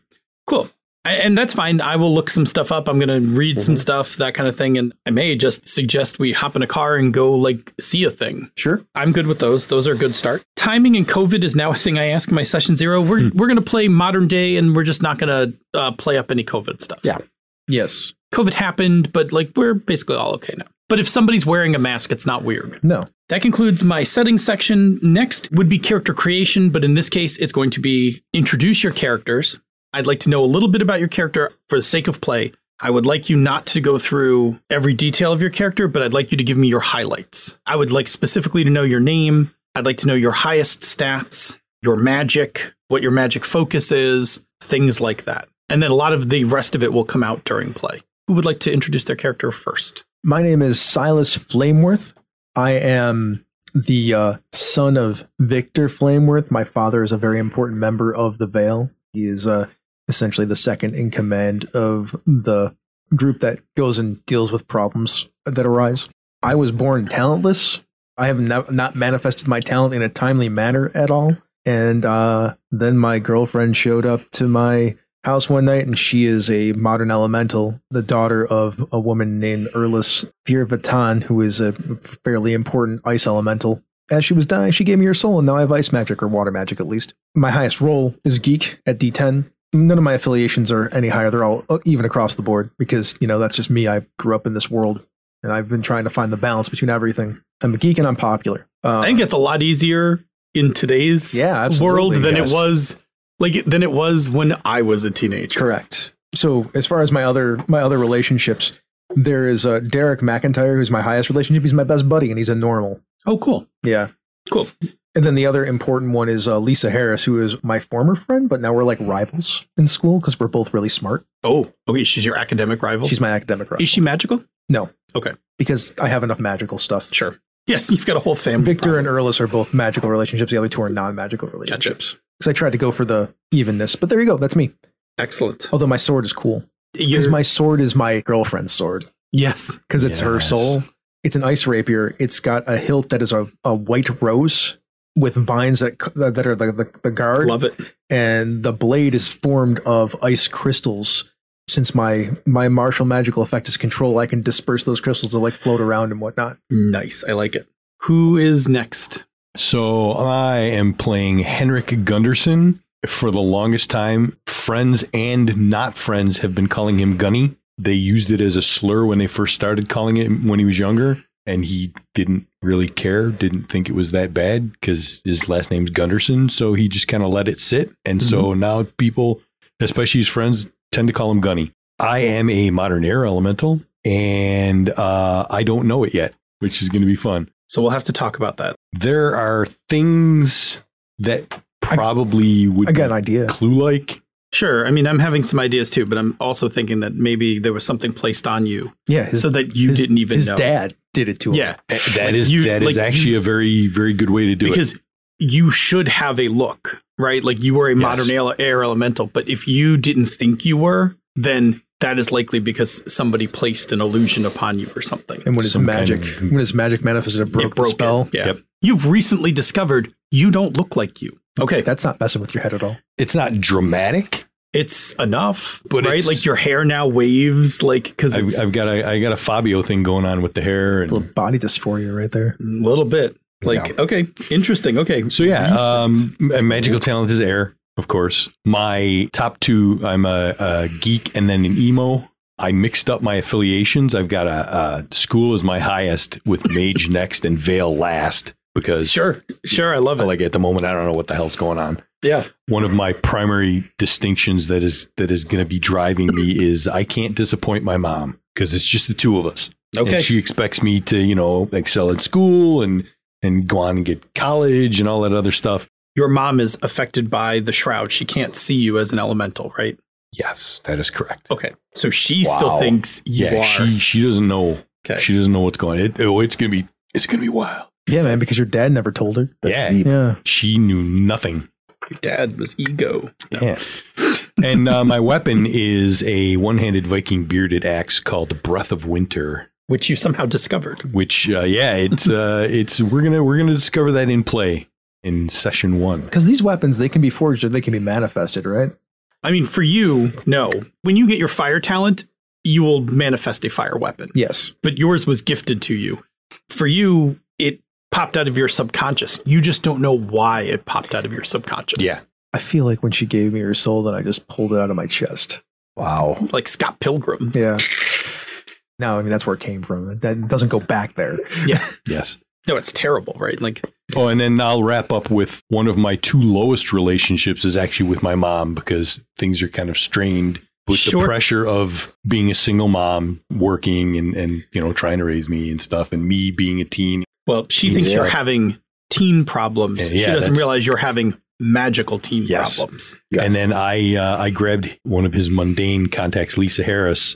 Cool. I- And that's fine. I will look some stuff up. I'm going to read Mm-hmm. some stuff, that kind of thing. And I may just suggest we hop in a car and go like see a thing. Sure. I'm good with those. Those are a good start. Timing and COVID is now a thing I ask in my session zero. We're we're gonna play modern day, and we're just not gonna uh, play up any COVID stuff. Yeah. Yes. COVID happened, but like we're basically all okay now. But if somebody's wearing a mask, it's not weird. No. That concludes my settings section. Next would be character creation, but in this case, it's going to be introduce your characters. I'd like to know a little bit about your character for the sake of play. I would like you not to go through every detail of your character, but I'd like you to give me your highlights. I would like specifically to know your name. I'd like to know your highest stats, your magic, what your magic focus is, things like that. And then a lot of the rest of it will come out during play. Who would like to introduce their character first? My name is Silas Flameworth. I am the uh, son of Victor Flameworth. My father is a very important member of the Vale. He is uh, essentially the second in command of the group that goes and deals with problems that arise. I was born talentless. I have no- not manifested my talent in a timely manner at all. And uh, then my girlfriend showed up to my house one night, and she is a modern elemental, the daughter of a woman named Erlis Vatan, who is a fairly important ice elemental. As she was dying, she gave me her soul, and now I have ice magic or water magic at least. My highest role is geek at D10. None of my affiliations are any higher. They're all uh, even across the board because, you know, that's just me. I grew up in this world and I've been trying to find the balance between everything. I'm a geek and I'm popular. Uh, I think it's a lot easier in today's Yeah, absolutely, world than yes. it was like than it was when I was a teenager. Correct. So as far as my other my other relationships, there is uh, Derek McIntyre, who's my highest relationship. He's my best buddy, and he's a normal. Oh, cool, Yeah. cool. And then the other important one is uh, Lisa Harris, who is my former friend, but now we're like rivals in school because we're both really smart. Oh, okay. She's your academic rival. She's my academic rival Is she magical? because I have enough magical stuff. Sure. Yes, you've got a whole family. Victor and Erlis are both magical relationships. The other two are non-magical relationships. Because I tried to go for the evenness, but there you go. That's me. Excellent. Although my sword is cool because You're, my sword is my girlfriend's sword. yes. because it's her Yes. soul. It's an ice rapier. It's got a hilt that is a, a white rose with vines that c- that are the, the, the guard, Love it. and the blade is formed of ice crystals. Since my my martial magical effect is control, I can disperse those crystals to like float around and whatnot. Nice. I like it. Who is next? So I am playing Henrik Gunderson. For the longest time, friends and not friends have been calling him Gunny. They used it as a slur when they first started calling it when he was younger, and he didn't really care, didn't think it was that bad because his last name's Gunderson. So he just kind of let it sit. And so now people, especially his friends, tend to call him Gunny. I am a modern air elemental, and uh, I don't know it yet, which is going to be fun So we'll have to talk about that. there are things that probably would I got Mm-hmm. an idea. clue like Sure. I mean, I'm having some ideas too, but I'm also thinking that maybe there was something placed on you Yeah, his, so that you his- didn't even his know. dad did it to him. Yeah. Eh, that is Like you- that is like you- actually a very very good way to do because you should have a look, right? Like you were a modern ele- air elemental, but if you didn't think you were, then that is likely because somebody placed an illusion upon you or something. And when his Some kind magic, of- when his magic manifested, it broke, it broke the spell. it. Yeah. Yep. You've recently discovered you don't look like you. Okay. That's not messing with your head at all. it it's not dramatic it's enough, But right? it's- Like your hair now waves, like because I've, it's I've got a i got a fabio thing going on with the hair Little and body dysphoria right there. a little bit. Like okay, interesting. Okay, so yeah um Recent. my magical talent is air of course my top two i'm a, a geek and then an emo I mixed up my affiliations. I've got a, a school as my highest with mage next and veil last because sure, sure. I love it. like at the moment I don't know what the hell's going on. yeah, one of my primary distinctions that is that is going to be driving me is I can't disappoint my mom because it's just the two of us. okay. And she expects me to, you know, excel at school and and go on and get college and all that other stuff. your mom is affected by the shroud. She can't see you as an elemental, right? Yes, that is correct. Okay, so she still Wow. thinks you yeah, are. she she doesn't know. okay, She doesn't know what's going. It, oh, it's gonna be it's gonna be wild. Yeah, man, because your dad never told her. That's yeah, deep. Yeah. she knew nothing. your dad was ego. Yeah. and uh, my weapon is a one-handed Viking bearded axe called Breath of Winter. Which you somehow discovered. which uh, yeah it's uh it's we're gonna we're gonna discover that in play in session one Because these weapons, they can be forged or they can be manifested, right? I mean, for you, no. When you get your fire talent, you will manifest a fire weapon. Yes. but yours was gifted to you. For you, it popped out of your subconscious. You just don't know why it popped out of your subconscious. Yeah. I feel like when she gave me her soul, then I just pulled it out of my chest. Wow. Like Scott Pilgrim. Yeah. No, I mean that's where it came from. It- That doesn't go back there. yes No, it's terrible, right? Like, oh and then i'll wrap up with one of my two lowest relationships is actually with my mom because things are kind of strained with Sure. the pressure of being a single mom working and and you know trying to raise me and stuff and me being a teen well, she thinks Yeah. you're having teen problems. Yeah, she yeah, doesn't that's- realize you're having magical teen Yes. problems. Yes. and then i uh, i grabbed one of his mundane contacts lisa harris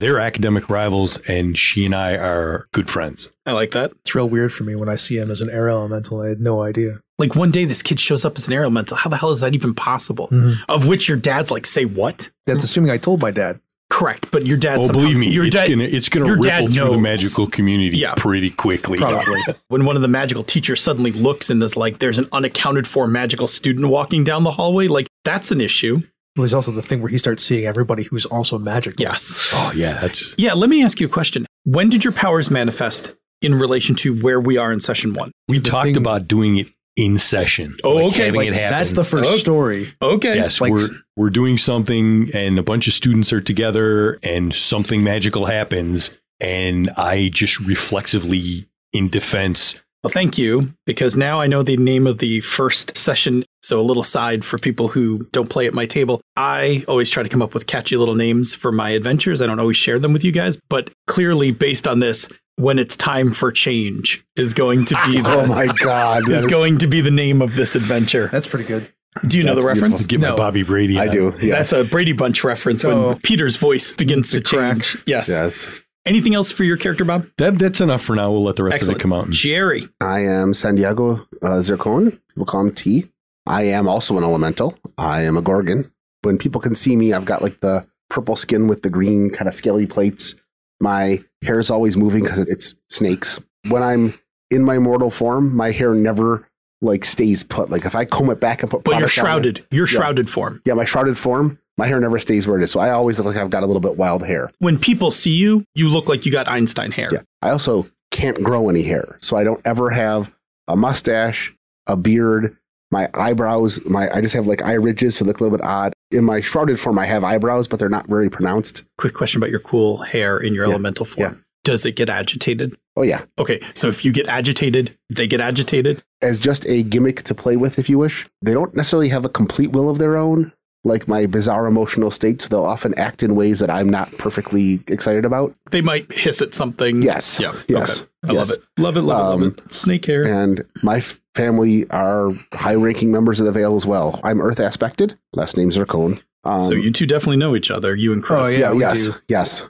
they're academic rivals and she and i are good friends I like that. It's real weird for me when I see him as an air elemental. I had no idea. Like one day this kid shows up as an air elemental. How the hell is that even possible? Mhm. Mm-hmm. Of which your dad's like, say what? That's assuming I told my dad. Correct. But your dad Oh, somehow- believe me, your it's dad gonna it's gonna your ripple dad through knows. the magical community Yeah. pretty quickly. Probably. when one of the magical teachers suddenly looks and there's like there's an unaccounted for magical student walking down the hallway like that's an issue Well, there's also the thing where he starts seeing everybody who's also magical. yes Oh yeah, that's yeah let me ask you a question when did your powers manifest in relation to where we are in session one we The talked thing- about doing it in session. Oh, okay, having Like, it Oh. happen. that's the first Okay. story. okay Yes, like- we're we're doing something, and a bunch of students are together, and something magical happens, and I just reflexively, in defense, well thank you because now i know the name of the first session so a little side for people who don't play at my table i always try to come up with catchy little names for my adventures i don't always share them with you guys but clearly based on this when it's time for change is going to be the Oh my God. is That- going to be the name of this adventure. That's pretty good. Do you know that's the reference? give my No. Bobby Brady. I on. do. Yes. That's a Brady Bunch reference Oh. when Peter's voice begins to, To crack. change. Yes. yes. Anything else for your character, Bob? That, that's enough for now. We'll let the rest of Excellent. it come out. Mm. and- Jerry. I am Santiago uh, Zircon. People call him T. I am also an elemental. I am a Gorgon. When people can see me, I've got like the purple skin with the green kind of scaly plates. My hair is always moving because it's snakes. When I'm in my mortal form, my hair never like stays put. Like if I comb it back and put, But you're product on it- shrouded. Your Yeah. shrouded form. yeah, my shrouded form, my hair never stays where it is. So I always look like I've got a little bit wild hair. When people see you, you look like you got Einstein hair. Yeah. I also can't grow any hair. So I don't ever have a mustache, a beard, my eyebrows, my I just have like eye ridges, so they look a little bit odd. In my shrouded form, I have eyebrows, but they're not very pronounced. Quick question about your cool hair in your elemental form. yeah. Does it get agitated? Oh, yeah. Okay, so if you get agitated, they get agitated. As just a gimmick to play with, if you wish. They don't necessarily have a complete will of their own, like my bizarre emotional states. they'll often act in ways that I'm not perfectly excited about. They might hiss at something. Yes. Mm. Yeah. Yes. Okay. I love Yes. it. Love it. Love it. Um, Love it. Snake hair. And my f- family are high ranking members of the Vale as well. I'm Earth aspected, last name Zircon. Um, so you two definitely know each other. You and Chris. Oh, yeah. we yes, do. yes.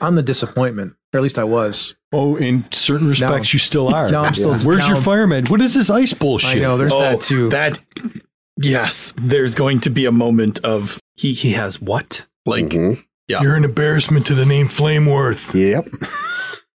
I'm the disappointment, or at least I was. Oh, in certain respects, you still are. No, I'm still- Where's no, your I'm- fireman? What is this ice bullshit? I know there's Oh, that too. That. Yes. There's going to be a moment of he. He has what? Like Mhm. Yeah. You're an embarrassment to the name Flameworth. Yep.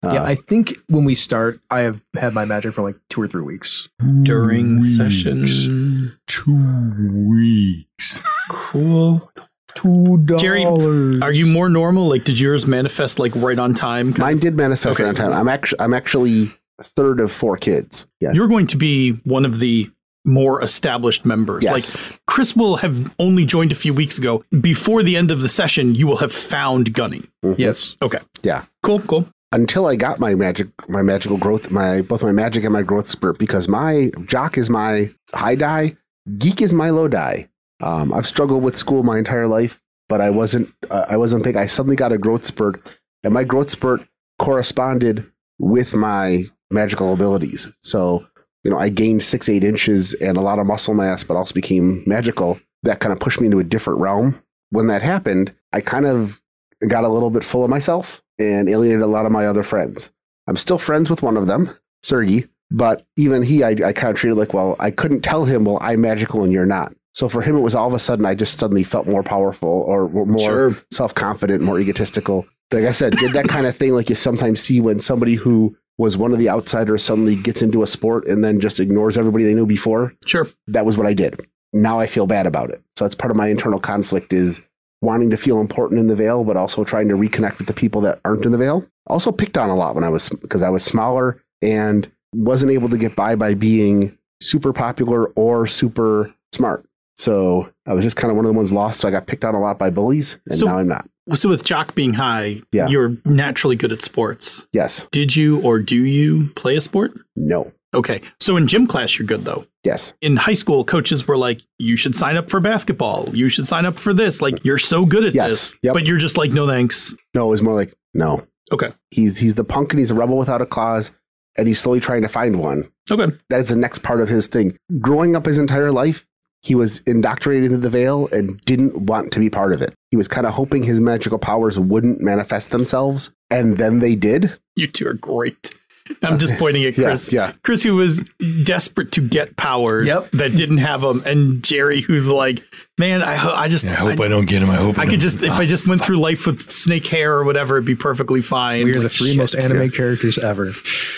yeah, Uh, I think when we start, I have had my magic for like two or three weeks. during Weeks. session. Two weeks. Cool. Two Jerry, Are you more normal? Like, did yours manifest like right on time? kind Mine did manifest Okay. around time. I'm actually I'm actually third of four kids. Yes. you're going to be one of the more established members. Yes. Like Chris will have only joined a few weeks ago. Before the end of the session, you will have found Gunny. Yes. Cool, cool. Until I got my magic my magical growth, my both my magic and my growth spurt, because my jock is my high die, geek is my low die. Um, I've struggled with school my entire life, but I wasn't uh, I wasn't big. I suddenly got a growth spurt, and my growth spurt corresponded with my magical abilities. So you know, I gained six eight inches and a lot of muscle mass, but also became magical. That kind of pushed me into a different realm. When that happened, I kind of got a little bit full of myself and alienated a lot of my other friends. I'm still friends with one of them, Sergey, but even he, I, I kind of treated like, well, I couldn't tell him, well, I'm magical and you're not. So for him, it was all of a sudden, I just suddenly felt more powerful or more self confident, more egotistical. Like I said, did that kind of thing like you sometimes see when somebody who was one of the outsiders suddenly gets into a sport and then just ignores everybody they knew before Sure. that was what I did. Now I feel bad about it. So that's part of my internal conflict is wanting to feel important in the veil, but also trying to reconnect with the people that aren't in the veil. Also picked on a lot when I was because I was smaller and wasn't able to get by by being super popular or super smart. So I was just kind of one of the ones lost. So I got picked on a lot by bullies, and So- now I'm not. So with Jock being high, Yeah. you're naturally good at sports. Yes. Did you or do you play a sport? No. Okay. So in gym class, you're good though. Yes. In high school, coaches were like, you should sign up for basketball. You should sign up for this. Like, you're so good at Yes. this. Yep. But you're just like, no thanks. No, it was more like no. Okay. He's he's the punk and he's a rebel without a cause, and he's slowly trying to find one. Okay. that is the next part of his thing. Growing up his entire life, he was indoctrinated into the veil and didn't want to be part of it. He was kind of hoping his magical powers wouldn't manifest themselves, and then they did. You two are great. I'm just pointing at Yeah, Chris. yeah. Chris, who was desperate to get powers Yep. that didn't have them, and Jerry, who's like, man, I, ho- I just, I hope I, don't get him. I hope I don't- could just if I just went through life with snake hair or whatever, it'd be perfectly fine. We are Like, the three shit. most anime characters ever.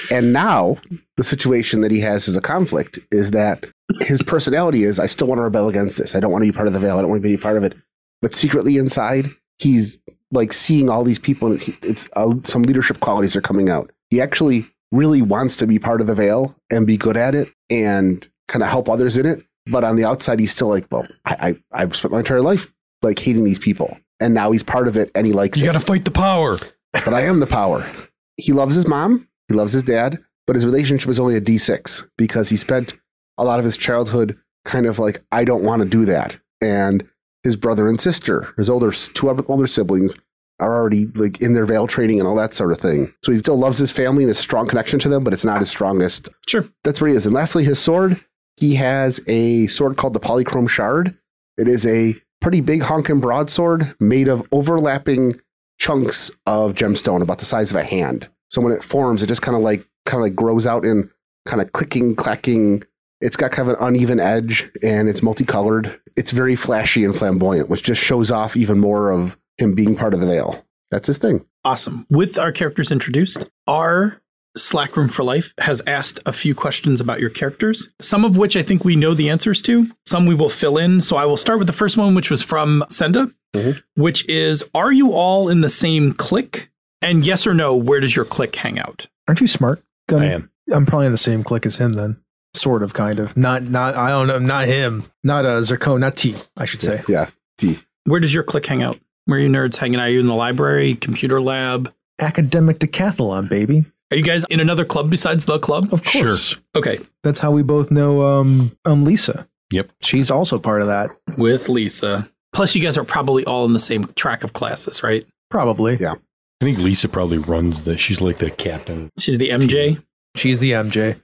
And now the situation that he has as a conflict is that his personality is I still want to rebel against this. I don't want to be part of the veil. I don't want to be part of it. But secretly inside, he's like seeing all these people, and he, it's uh, some leadership qualities are coming out. He actually really wants to be part of the veil and be good at it and kind of help others in it. But on the outside, he's still like, well, I, I I've spent my entire life like hating these people, and now he's part of it, and he likes You it got to fight the power. but I am the power. He loves his mom, he loves his dad, but his relationship is only a D6 because he spent a lot of his childhood kind of like, I don't want to do that. And his brother and sister, his older two other- older siblings, are already like in their veil training and all that sort of thing. So he still loves his family and his strong connection to them, but it's not his strongest. Sure. That's where he is. And lastly, his sword. He has a sword called the Polychrome Shard. It is a pretty big honkin' broadsword made of overlapping chunks of gemstone about the size of a hand. So when it forms, it just kind of like kind of like grows out in kind of clicking, clacking. It's got kind of an uneven edge and it's multicolored. It's very flashy and flamboyant, which just shows off even more of him being part of the veil. That's his thing. awesome. With our characters introduced, our Slack Room for Life has asked a few questions about your characters, some of which I think we know the answers to, some we will fill in. So I will start with the first one, which was from Senda, which is Are you all in the same clique? And yes or no, where does your clique hang out? Aren't you smart? Gunny? I am. I'm probably in the same clique as him then. Sort of, kind of. Not, not. I don't know. Not him. Not uh, Zircon. Not T. I should say. Yeah. D. Where does your clique hang out? Where are you nerds hanging out? Are you in the library, computer lab? Academic decathlon, baby. Are you guys in another club besides the club? Of course. Okay, That's how we both know um, um Lisa. Yep. She's also part of that. with Lisa. Plus, you guys are probably all in the same track of classes, right? Probably. Yeah. I think Lisa probably runs the. She's like the captain. She's the MJ. She's the MJ.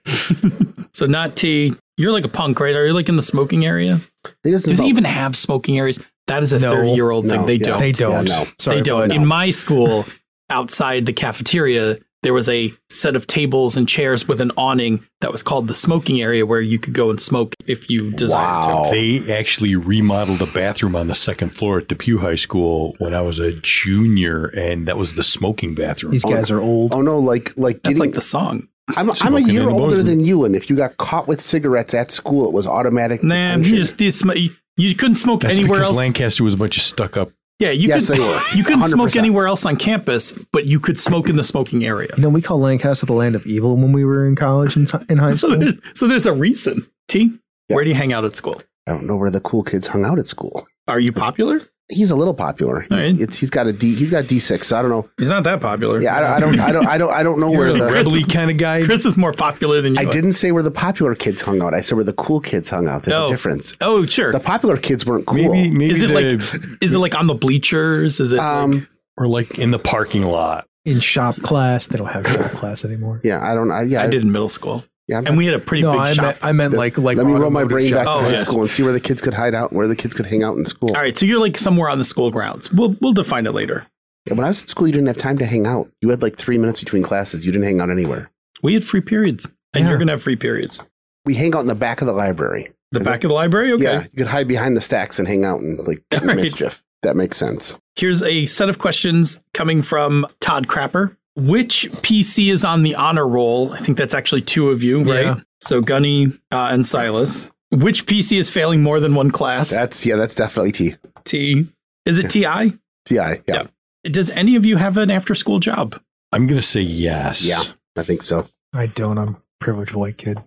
So not T. You're like a punk, right? Are you like in the smoking area? It is Do they about- even have smoking areas? That is a No. 30 year old No, thing. They yeah. don't. They don't. no. Sorry, they don't. bud. In my school, outside the cafeteria, there was a set of tables and chairs with an awning that was called the smoking area where you could go and smoke if you desired Wow. They actually remodeled a bathroom on the second floor at Depew High School when I was a junior, and that was the smoking bathroom. These guys are old. Oh no! Like like to. That's getting. like the song. I'm, I'm a Smoking in year the older boardroom. than you, and if you got caught with cigarettes at school, it was automatic. Nah, detention. you just did sm- you, you couldn't smoke That's anywhere because else. Lancaster was a bunch of stuck up. yeah, you Yes, could. they were. You couldn't smoke 100%. anywhere else on campus, but you could smoke in the smoking area. You know, we call Lancaster the land of evil when we were in college and in high So school. there's, so there's a reason. T, Yeah. where do you hang out at school? I don't know where the cool kids hung out at school. Are you popular? He's a little popular. He's, All right. it's, he's got a D. He's got D six. So I don't know. He's not that popular. Yeah, I, don't- I don't. I don't. I don't. I don't know where You're the the. rebelly kind of guy. Chris is more popular than you. I are. didn't say where the popular kids hung out. I said where the cool kids hung out. There's Oh. a difference. Oh, sure. The popular kids weren't cool. Maybe, maybe Is it the- Is it like on the bleachers? Is it? like- Um. or like in the parking lot. in shop class, they don't have shop class anymore. Yeah. I don't. I, yeah. I did in middle school, Yeah. I'm- and we had a pretty No, big I shop. meant, I meant like like Let me roll my automotive brain shop back to Oh, high yes. school and see where the kids could hide out and where the kids could hang out in school. All right, so you're like somewhere on the school grounds. We'll we'll define it later. Yeah, when I was in school, you didn't have time to hang out. You had like three minutes between classes. You didn't hang out anywhere. We had free periods, and you're gonna have free periods. We hang out in the back of the library. The Is back of the library. Okay. Yeah, you could hide behind the stacks and hang out and like get All right. mischief. That makes sense. Here's a set of questions coming from Todd Crapper. Which PC is on the honor roll? I think that's actually two of you, right? Yeah. So Gunny uh, and Silas. Which PC is failing more than one class? That's yeah, that's definitely T T. Is it TI? Ti. Yeah, Yeah. Does any of you have an after school job? I'm gonna say yes. Yeah. I think so. I don't. I'm a privileged white kid.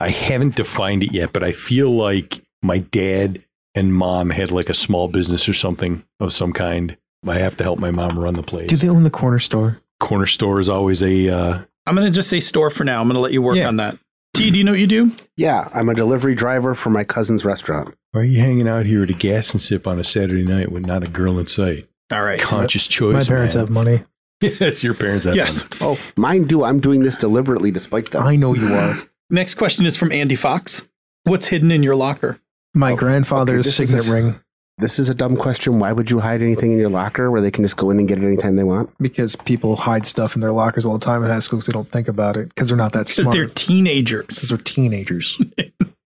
I haven't defined it yet, but I feel like my dad and mom had like a small business or something of some kind. I have to help my mom run the place. Do they own the corner store? Corner store is always a uh, I'm going to just say store for now. I'm going to let you work Yeah. on that. T, do you know what you do? Yeah, I'm a delivery driver for my cousin's restaurant. Why are you hanging out here at a gas and sip on a Saturday night with not a girl in sight? All right. Conscious choice. my parents have money. have. yes, your parents have. Yes. Oh, mine do. I'm doing this deliberately, despite them. I know you are. Next question is from Andy Fox. What's hidden in your locker? My Oh, grandfather's okay, this is signet a- ring This is a dumb question. Why would you hide anything in your locker where they can just go in and get it anytime they want? because people hide stuff in their lockers all the time in high school because they don't think about it because they're not that Because smart. they're teenagers. Because they're teenagers.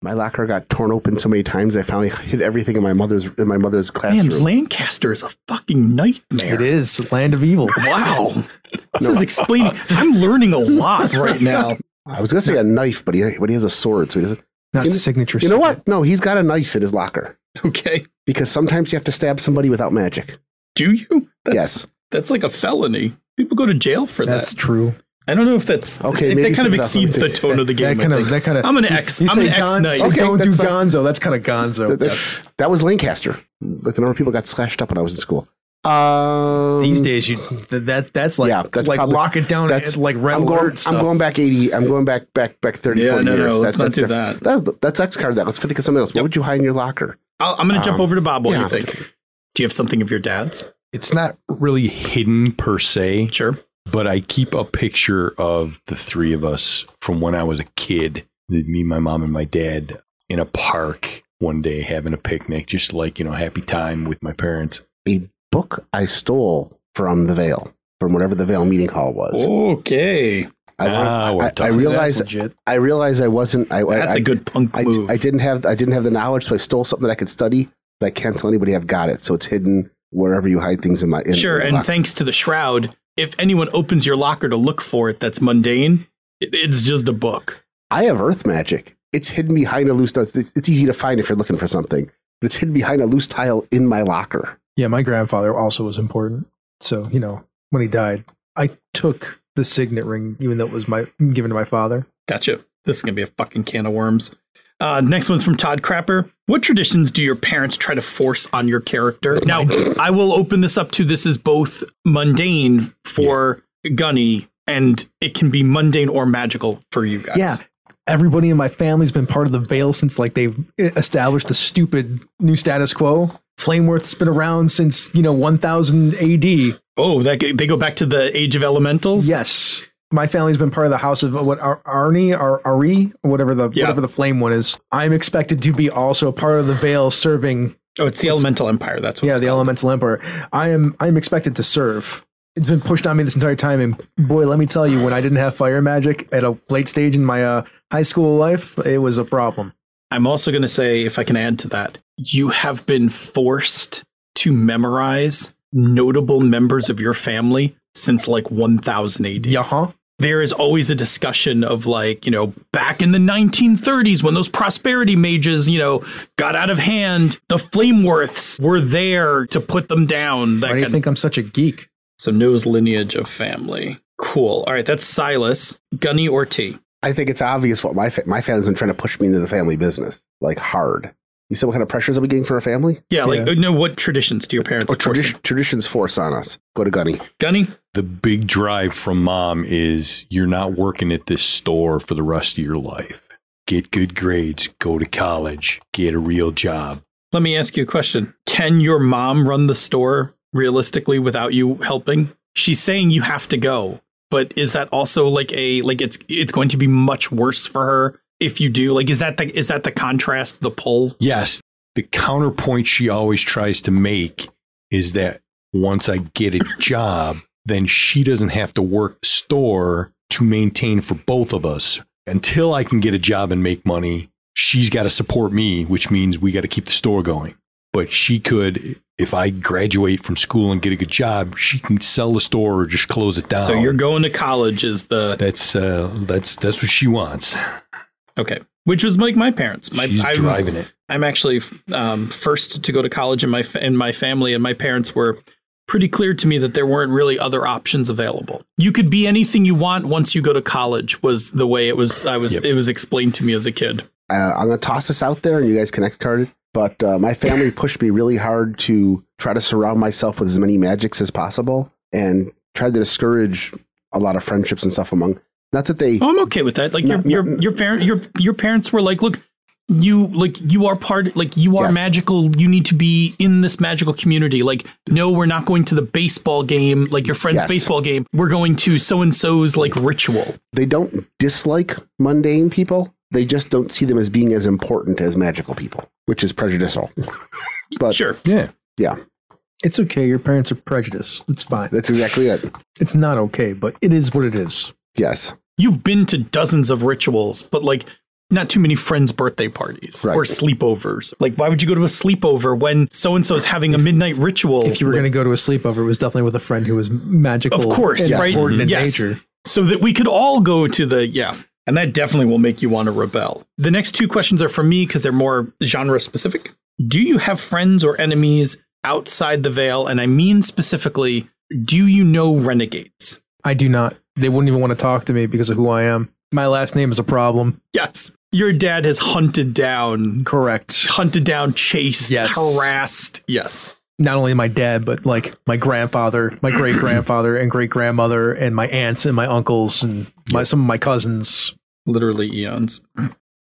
My locker got torn open so many times. I finally hid everything in my mother's in my mother's classroom. Man, Lancaster is a fucking nightmare. it is land of evil. Wow. This is explaining. I'm learning a lot right now. I was gonna say a knife, but he but he has a sword, so he doesn't. Not You know- signature. You know signet. what? No, he's got a knife in his locker Okay. because sometimes you have to stab somebody without magic. Do you? That's, yes. That's like a felony. People go to jail for That's that. true. I don't know if that's Okay, That, maybe kind of something else. Let me exceeds the think. tone of the game. that kind I of. think. That kind of. I'm an ex. You I'm say an ex gon- knight. Okay, don't do that's fine. Gonzo. That's kind of That, Gonzo. that's- that was Lancaster. Like the number of people got slashed up when I was in school. Um, These days, you th- that that's like Yeah, that's like probably- lock it down. that's- That's like red I'm alert going. stuff. I'm going back eighty. I'm going back back back thirty. Yeah, 40 no, years. no, let's not do different. That- that's X card. That let's think of something else. What would you hide in your locker? I'll, I'm going to jump Um, over to Bob. What do yeah. you think? Do you have something of your dad's? It's not really hidden per se, Sure. but I keep a picture of the three of us from when I was a kid me, my mom, and my dad in a park one day having a picnic, just like, you know, happy time with my parents. A book I stole from the Vale, from whatever the Vale meeting hall Oh. was. Okay. I, want- Ah, we're I- I talking- realized. legit. I realized I wasn't. I, I- That's I, a good punk I, move. I didn't have I didn't have the knowledge, so I stole something that I could study, but I can't tell anybody I've got it. So it's hidden wherever you hide things in my in, sure. in the And locker. thanks to the shroud, if anyone opens your locker to look for it, that's mundane. It, it's just a book. I have earth magic. It's hidden behind a loose. It's, it's easy to find if you're looking for something, but it's hidden behind a loose tile in my locker. Yeah, my grandfather also was important. So you know, when he died, I took the signet ring, even though it was my given to my father. Gotcha. This is going to be a fucking can of worms. Uh, next one's from Todd Crapper. What traditions do your parents try to force on your character? Now, I will open this up to this is both mundane for Gunny, and it can be mundane or magical for you guys. Yeah. Everybody in my family's been part of the Veil since like they've e-, established the stupid new status quo. Flameworth's been around since, you know, 1000 AD. Oh, that they go back to the age of elementals. Yes. My family's been part of the house of uh, what Ar- Arni or Ari, whatever the Yeah. whatever the flame one is. I'm expected to be also a part of the Veil serving Oh, it's the elemental empire. That's what. yeah, it's the called. Elemental Emperor. I am I'm expected to serve. It's been pushed on me this entire time, and boy, let me tell you, when I didn't have fire magic at a late stage in my uh, high school life, it was a problem. I'm also going to say, if I can add to that, you have been forced to memorize notable members of your family since like 1000 AD. Yeah, huh? There is always a discussion of like, you know, back in the 1930s when those prosperity mages, you know, got out of hand, the Flameworths were there to put them down. That Why do you kind of- think I'm such a geek? so knows lineage of family. Cool. All right, that's Silas, Gunny, or T. I think it's obvious what my fa- my family's been trying to push me into the family business like hard. You said what kind of pressures are we getting from our family? Yeah, like no. What traditions do your parents? Oh, Or force tradi- them? Oh, traditions force on us. Go to Gunny. Gunny. The big drive from mom is you're not working at this store for the rest of your life. Get good grades, go to college, get a real job. Let me ask you a question. Can your mom run the store realistically without you helping? She's saying you have to go, but is that also like a like it's it's going to be much worse for her if you do? Like is that the is that the contrast, the pull? Yes, the counterpoint she always tries to make is that once I get a job, then she doesn't have to work the store to maintain for both of us. Until I can get a job and make money, she's got to support me, which means we got to keep the store going. But she could, if I graduate from school and get a good job, she can sell the store or just close it down. So you're going to college is the that's uh, that's that's what she wants. okay, which was like my parents. My she's I'm- driving it. I'm actually um, first to go to college in my fa- in my family, and my parents were pretty clear to me that there weren't really other options available. You could be anything you want once you go to college was the way it was. I was it was explained to me as a kid. uh, I'm going to toss this out there and you guys can discard it. But uh, my family pushed me really hard to try to surround myself with as many magics as possible and tried to discourage a lot of friendships and stuff among. Not that they. Oh, I'm okay with that. Like your No, no, your your parent your your parents were like, look, you like you are part like you are Yes. magical. You need to be in this magical community. Like, no, we're not going to the baseball game. Like your friend's Yes. baseball game. We're going to so and so's like ritual. They don't dislike mundane people. They just don't see them as being as important as magical people, which is prejudicial. but Sure. Yeah. yeah, It's okay. Your parents are prejudiced. It's fine. that's exactly it. It's not okay, but it is what it is. Yes. you've been to dozens of rituals, but like not too many friends' birthday parties Right. or sleepovers. Like, why would you go to a sleepover when so and so's having a midnight ritual? If you were going to go to a sleepover, it was definitely with a friend who was magical, Of course, and right? important in Yes. nature. so that we could all go to the yeah. And that definitely will make you want to rebel. The next two questions are for me because they're more genre specific. Do you have friends or enemies outside the veil? And I mean specifically, do you know renegades? I do not. They wouldn't even want to talk to me because of who I am. My last name is a problem. Yes. Your dad has hunted down, Correct. hunted down, chased, Yes. harassed. Yes. not only my dad, but like my grandfather, my great grandfather, and great grandmother, and my aunts and my uncles, and my, some of my cousins. literally eons.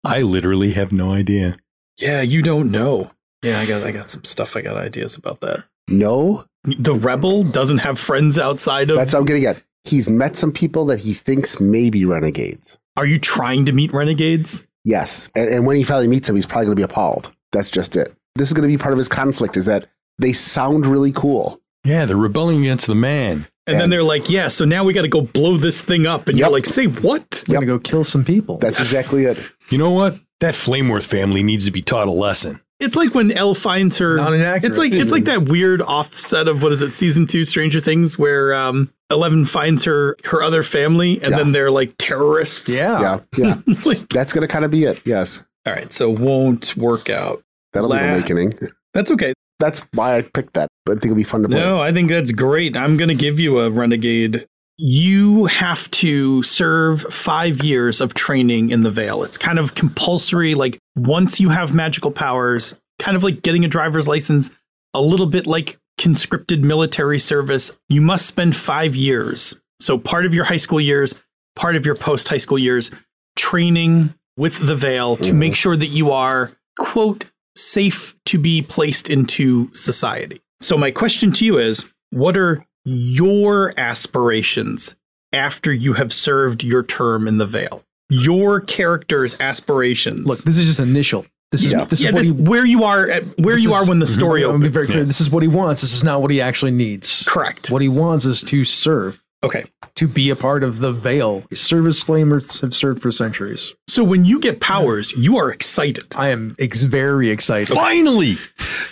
I literally have no idea. Yeah, you don't know. Yeah, I got I got some stuff. I got ideas about that. No, The rebel doesn't have friends outside of. that's what I'm getting at. He's met some people that he thinks may be renegades. Are you trying to meet renegades? Yes. And, and when he finally meets him, he's probably going to be appalled. That's just it. This is going to be part of his conflict is that they sound really cool. Yeah, they're rebelling against the man. And, then And- they're like, yeah. So now we got to go blow this thing up. And Yep. you're like, say what? I'm gonna go kill some people. That's exactly it. You know what? That Flameworth family needs to be taught a lesson. It's like when Elle finds her. not inaccurate. It's like it's like that weird offset of what is it, season two, Stranger Things, where um, Eleven finds her her other family, and Yeah. then they're like terrorists. yeah. Yeah. Yeah. Like- That's going to kind of be it. Yes. all right. So won't work out. That'll be La- an awakening. That's okay. That's why I picked that. But I think it'll be fun to play. No, I think that's great. I'm going to give you a renegade you have to serve five years of training in the Vale. It's kind of compulsory. Like once you have magical powers, kind of like getting a driver's license, a little bit like conscripted military service, you must spend five years. So part of your high school years, part of your post high school years, training with the Vale to make sure that you are, quote, safe to be placed into society. So my question to you is, what are your aspirations after you have served your term in the Vale? Your character's aspirations. Look, this is just initial. This is this yeah, is what that's he. Mhm. Mm-hmm. where you are at, where you are when the story I'm gonna be opens. very clear. This is what he wants. This is not what he actually needs. Correct. What he wants is to serve, Okay. to be a part of the veil. Service flamers have served for centuries. So when you get powers, you are excited. I am ex- very excited. Finally,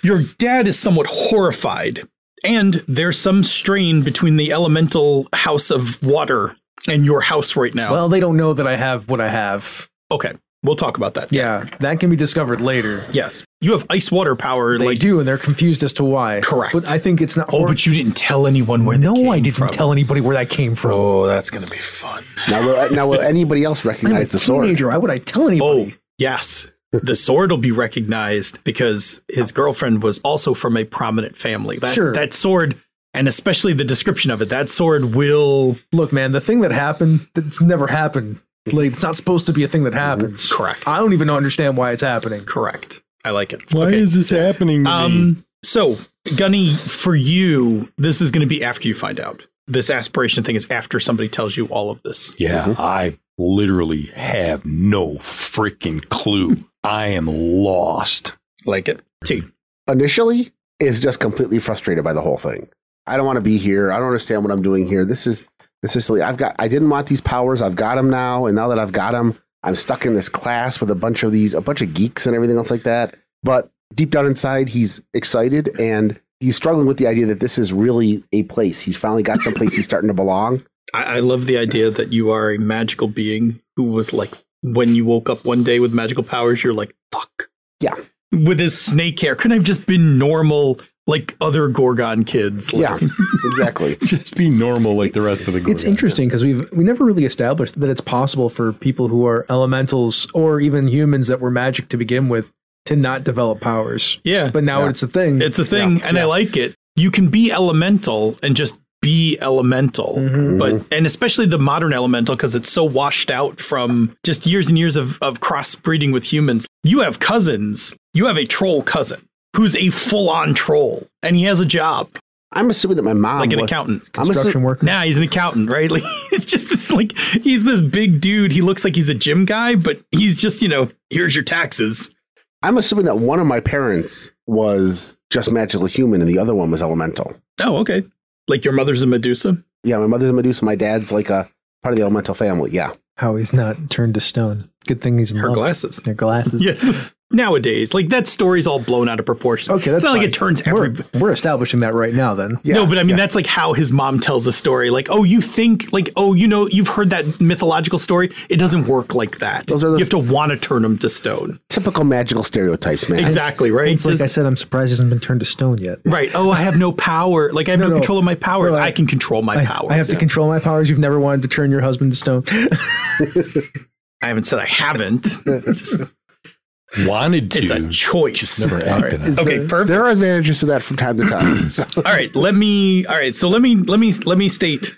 Your dad is somewhat horrified, and there's some strain between the elemental house of water and your house right now. Well, they don't know that I have what I have. okay, we'll talk about that. Yeah, that can be discovered later. Yes, you have ice water power. They like, do, and they're confused as to why. Correct. But I think it's not. oh, but you didn't tell anyone where. no, they came I didn't from. tell anybody where that came from. Oh, that's gonna be fun. Now, will, now will anybody else I'm a recognize the sword? teenager. Why would I tell Oh, anybody? yes. The sword will be recognized because his girlfriend was also from a prominent family. That, Sure. That sword, and especially the description of it, that sword will. Look, man, the thing that happened that's never happened. Like, it's not supposed to be a thing that Oh, happens. Correct. I don't even understand why it's happening. Correct. I like it. why Okay. is this happening? To me? Um, so, Gunny, for you, this is going to be after you find out. This aspiration thing is after somebody tells you all of this. Yeah, I literally have no freaking clue. I am lost. Like it. T. Initially, is just completely frustrated by the whole thing. I don't want to be here. I don't understand what I'm doing here. This is this is silly. I've got. I didn't want these powers. I've got them now, and now that I've got them, I'm stuck in this class with a bunch of these, a bunch of geeks and everything else like that. But deep down inside, he's excited and he's struggling with the idea that this is really a place. He's finally got some place he's starting to belong. I, I love the idea that you are a magical being who was like, when you woke up one day with magical powers, you're like, fuck. Yeah. With his snake hair. Couldn't I have just been normal like other Gorgon kids? Like, Yeah, exactly. Just be normal like the rest of the group. It's interesting because we've we never really established that it's possible for people who are elementals or even humans that were magic to begin with to not develop powers. Yeah. But now it's a thing. It's a thing, and I like it. You can be elemental and just be elemental, but and especially the modern elemental because it's so washed out from just years and years of, of crossbreeding with humans. You have cousins. You have a troll cousin who's a full on troll, and he has a job I'm assuming that my mom like an was- accountant. I'm assu- construction work. Nah, he's an accountant, right? Like he's just this like he's this big dude. He looks like he's a gym guy, but he's just you know here's your taxes. I'm assuming that one of my parents was just magical human and the other one was elemental. Oh, okay. Like your mother's a Medusa. Yeah, my mother's a Medusa. My dad's like a part of the elemental family. Yeah. How he's not turned to stone. Good thing he's in Her love. glasses. Their glasses. Yes. Nowadays, like that story's all blown out of proportion. Okay, that's it's not like fine. it turns We're, every. we're establishing that right now. Then Yeah, no, but I mean that's like how his mom tells the story. Like, oh, you think like, oh, you know, you've heard that mythological story. It doesn't work like that. Those are the- you have to want to turn him to stone. Typical magical stereotypes, man. Exactly right. it's like Just- I said, I'm surprised he hasn't been turned to stone yet. right. Oh, I have no power. Like I have no, no. control of my powers. No, I- I, can control my I, powers. I have to control my powers. You've never wanted to turn your husband to stone. I haven't said I haven't. Just- Wanted to. it's a choice. never acted on it. okay, perfect. There are advantages to that from time to time. So, all right let me all right so let me let me let me state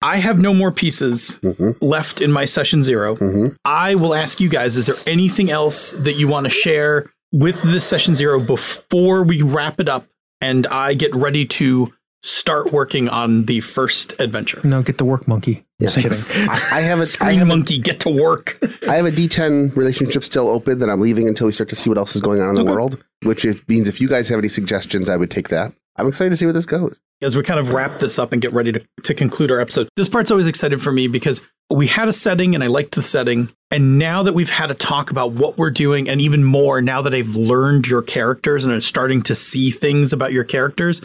i have no more pieces left in my session 0 i will ask you guys is there anything else that you want to share with this session zero before we wrap it up and i get ready to start working on the first adventure no, get to work, monkey. Just kidding. I, I have a I green have, monkey get to work I have a D10 relationship still open that I'm leaving until we start to see what else is going on in the world. Which if, means if you guys have any suggestions, I would take that. I'm excited to see where this goes. as we kind of wrap this up and get ready to, to conclude our episode. This part's always excited for me because we had a setting and I liked the setting. And now that we've had a talk about what we're doing, and even more now that I've learned your characters and I'm starting to see things about your characters,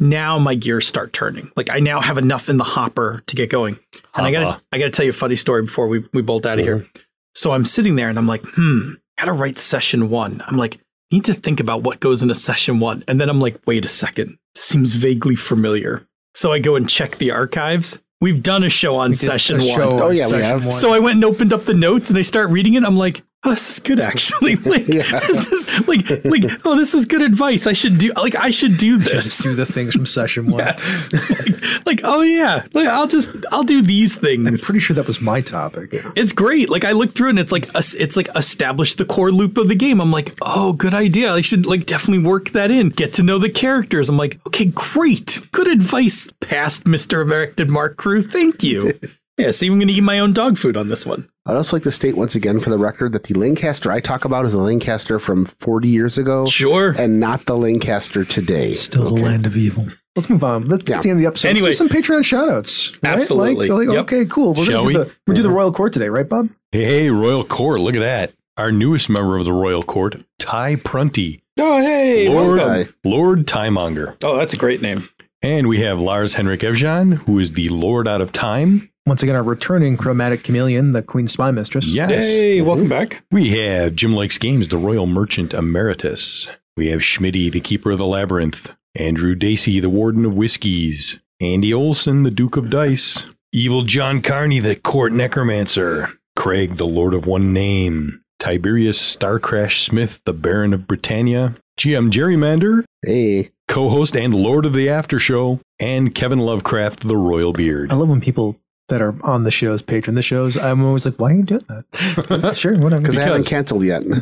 now my gears start turning. Like I now have enough in the hopper to get going. And I Uh-huh. gotta I gotta tell you a funny story before we, we bolt out of here. Mm-hmm. So I'm sitting there and I'm like, hmm, gotta write session one. I'm like, need to think about what goes into session one. And then I'm like, wait a second, seems vaguely familiar. So I go and check the archives We've done a show on did session a one. show on Oh, yeah, we session have. one. So I went and opened up the notes and I start reading it. I'm like, oh, this is good actually. Like, Yeah. this is like, like, oh, this is good advice. I should do like I should do just this. do the things from session one. like, like, oh yeah, like I'll just I'll do these I'm things. pretty sure that was my topic. it's great. Like I looked through it and it's like es- it's like establish the core loop of the game. I'm like, oh, good idea. I should like definitely work that in. Get to know the characters. I'm like, okay, great, good advice, past Mr. Erected Mark Crew. Thank you. yeah, see, I'm gonna eat my own dog food on this one. I'd also like to state once again for the record that the Lancaster I talk about is the Lancaster from 40 years ago Sure. and not the Lancaster today. Still the land of evil. Let's move on. Let's Yeah. that's the end of the episode. Anyway. Let's do some Patreon shout outs. Absolutely. Like, like, Yep. Okay, cool. We're Shall gonna we? do the we do the royal court today, right, Bob? Hey, hey, Royal Court, look at that. Our newest member of the Royal Court, Ty Prunty, Oh hey, Lord, welcome. Lord Timemonger. Oh, that's a great name. And we have Lars Henrik Evjan, who is the Lord out of time. Once again, our returning chromatic chameleon, the Queen Spy Mistress. Yes. Mm-hmm. welcome back. We have Jim Likes Games, the Royal Merchant Emeritus. We have Schmitty, the Keeper of the Labyrinth. Andrew Dacey, the Warden of Whiskies. Andy Olson, the Duke of Dice. Evil John Carney, the Court Necromancer. Craig, the Lord of One Name. Tiberius Starcrash Smith, the Baron of Britannia. GM Gerrymander, Hey, co host and Lord of the After Show. And Kevin Lovecraft, the Royal Beard. I love when people that are on the shows patron the shows. I'm always like, why are you doing that? sure, whatever. because I haven't canceled yet.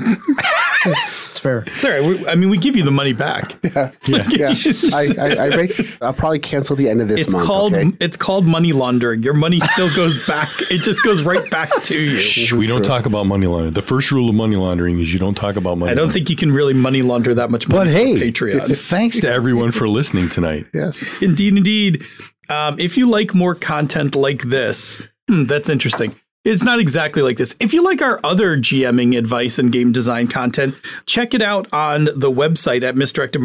It's fair. It's all right. We, I mean, we give you the money back. yeah, I, I, I make, I'll probably cancel the end of this It's month. called okay? it's called money laundering. Your money still goes back. It just goes right back to you. Shh, we don't talk about money laundering. The first rule of money laundering is you don't talk about money. I don't think you can really money launder that much money. But on hey. Patreon. Thanks to everyone for listening tonight. Yes. indeed, indeed. Um, if you like more content like this, hmm, that's interesting. It's not exactly like this. If you like our other GMing advice and game design content, check it out on the website at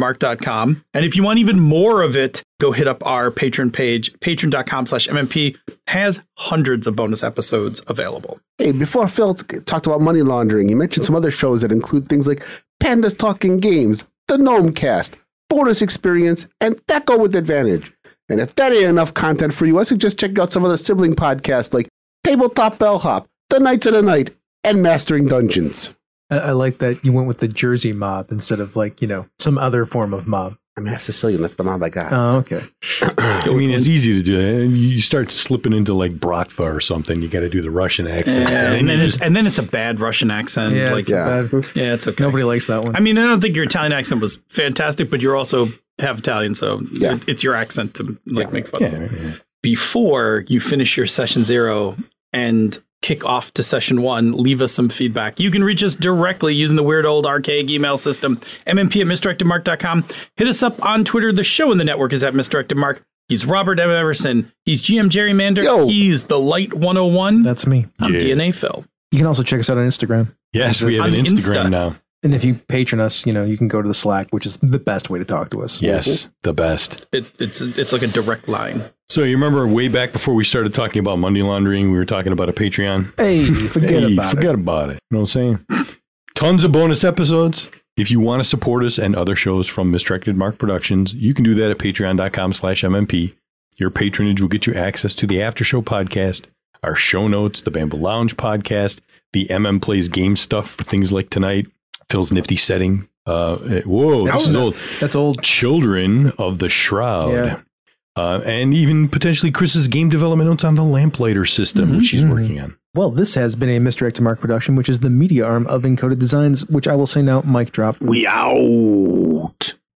misdirectedmark.com. And if you want even more of it, go hit up our Patreon page. Patreon.com slash MMP has hundreds of bonus episodes available. Hey, before Phil t- talked about money laundering, you mentioned some other shows that include things like Pandas Talking Games, The Gnome Cast, Bonus Experience, and Deco with Advantage. And if that ain't enough content for you, I suggest checking out some other sibling podcasts like Tabletop Bellhop, The Knights of the Night, and Mastering Dungeons. I, I like that you went with the Jersey mob instead of like, you know, some other form of mob. I'm half Sicilian. That's the mob I got. Oh, okay. I mean, it's easy to do. that. You start slipping into like Bratva or something. You got to do the Russian accent. And then, you it's, and then it's a bad Russian accent. Yeah, like, it's not bad. yeah, it's okay. nobody likes that one. I mean, I don't think your Italian accent was fantastic, but you're also half Italian, so Yeah. it- it's your accent to like make fun yeah, of. right, right. Before you finish your session zero and kick off to session one, leave us some feedback. You can reach us directly using the weird old archaic email system, mmp at misdirectedmark.com. Hit us up on Twitter. The show in the network is at misdirectedmark. He's Robert M. Everson. He's GM Gerrymander. Yo. He's the Light 101. That's me. I'm Yeah. DNA Phil. You can also check us out on Instagram. Yes, we have On an Instagram Insta. now. And if you patron us, you know, you can go to the Slack, which is the best way to talk to us. Mm-hmm. Yes, the best. It, it's it's like a direct line. So you remember way back before we started talking about money laundering, we were talking about a Patreon. Hey, forget Hey, about forget about it. You know what I'm saying? Tons of bonus episodes. If you want to support us and other shows from Misdirected Mark Productions, you can do that at patreon.com slash MMP. Your patronage will get you access to the after show podcast, our show notes, the Bamboo Lounge podcast, the MM Plays game stuff for things like tonight, Phil's nifty setting. Uh, eh, whoa, this is old. it. That's old. Children of the Shroud. Yeah. Uh, and even potentially Chris's game development notes on the Lamplighter system, which he's Mm-hmm. working on. Well, this has been a Misdirect to Mark production, which is the media arm of Encoded Designs, which I will say now, mic drop. We out.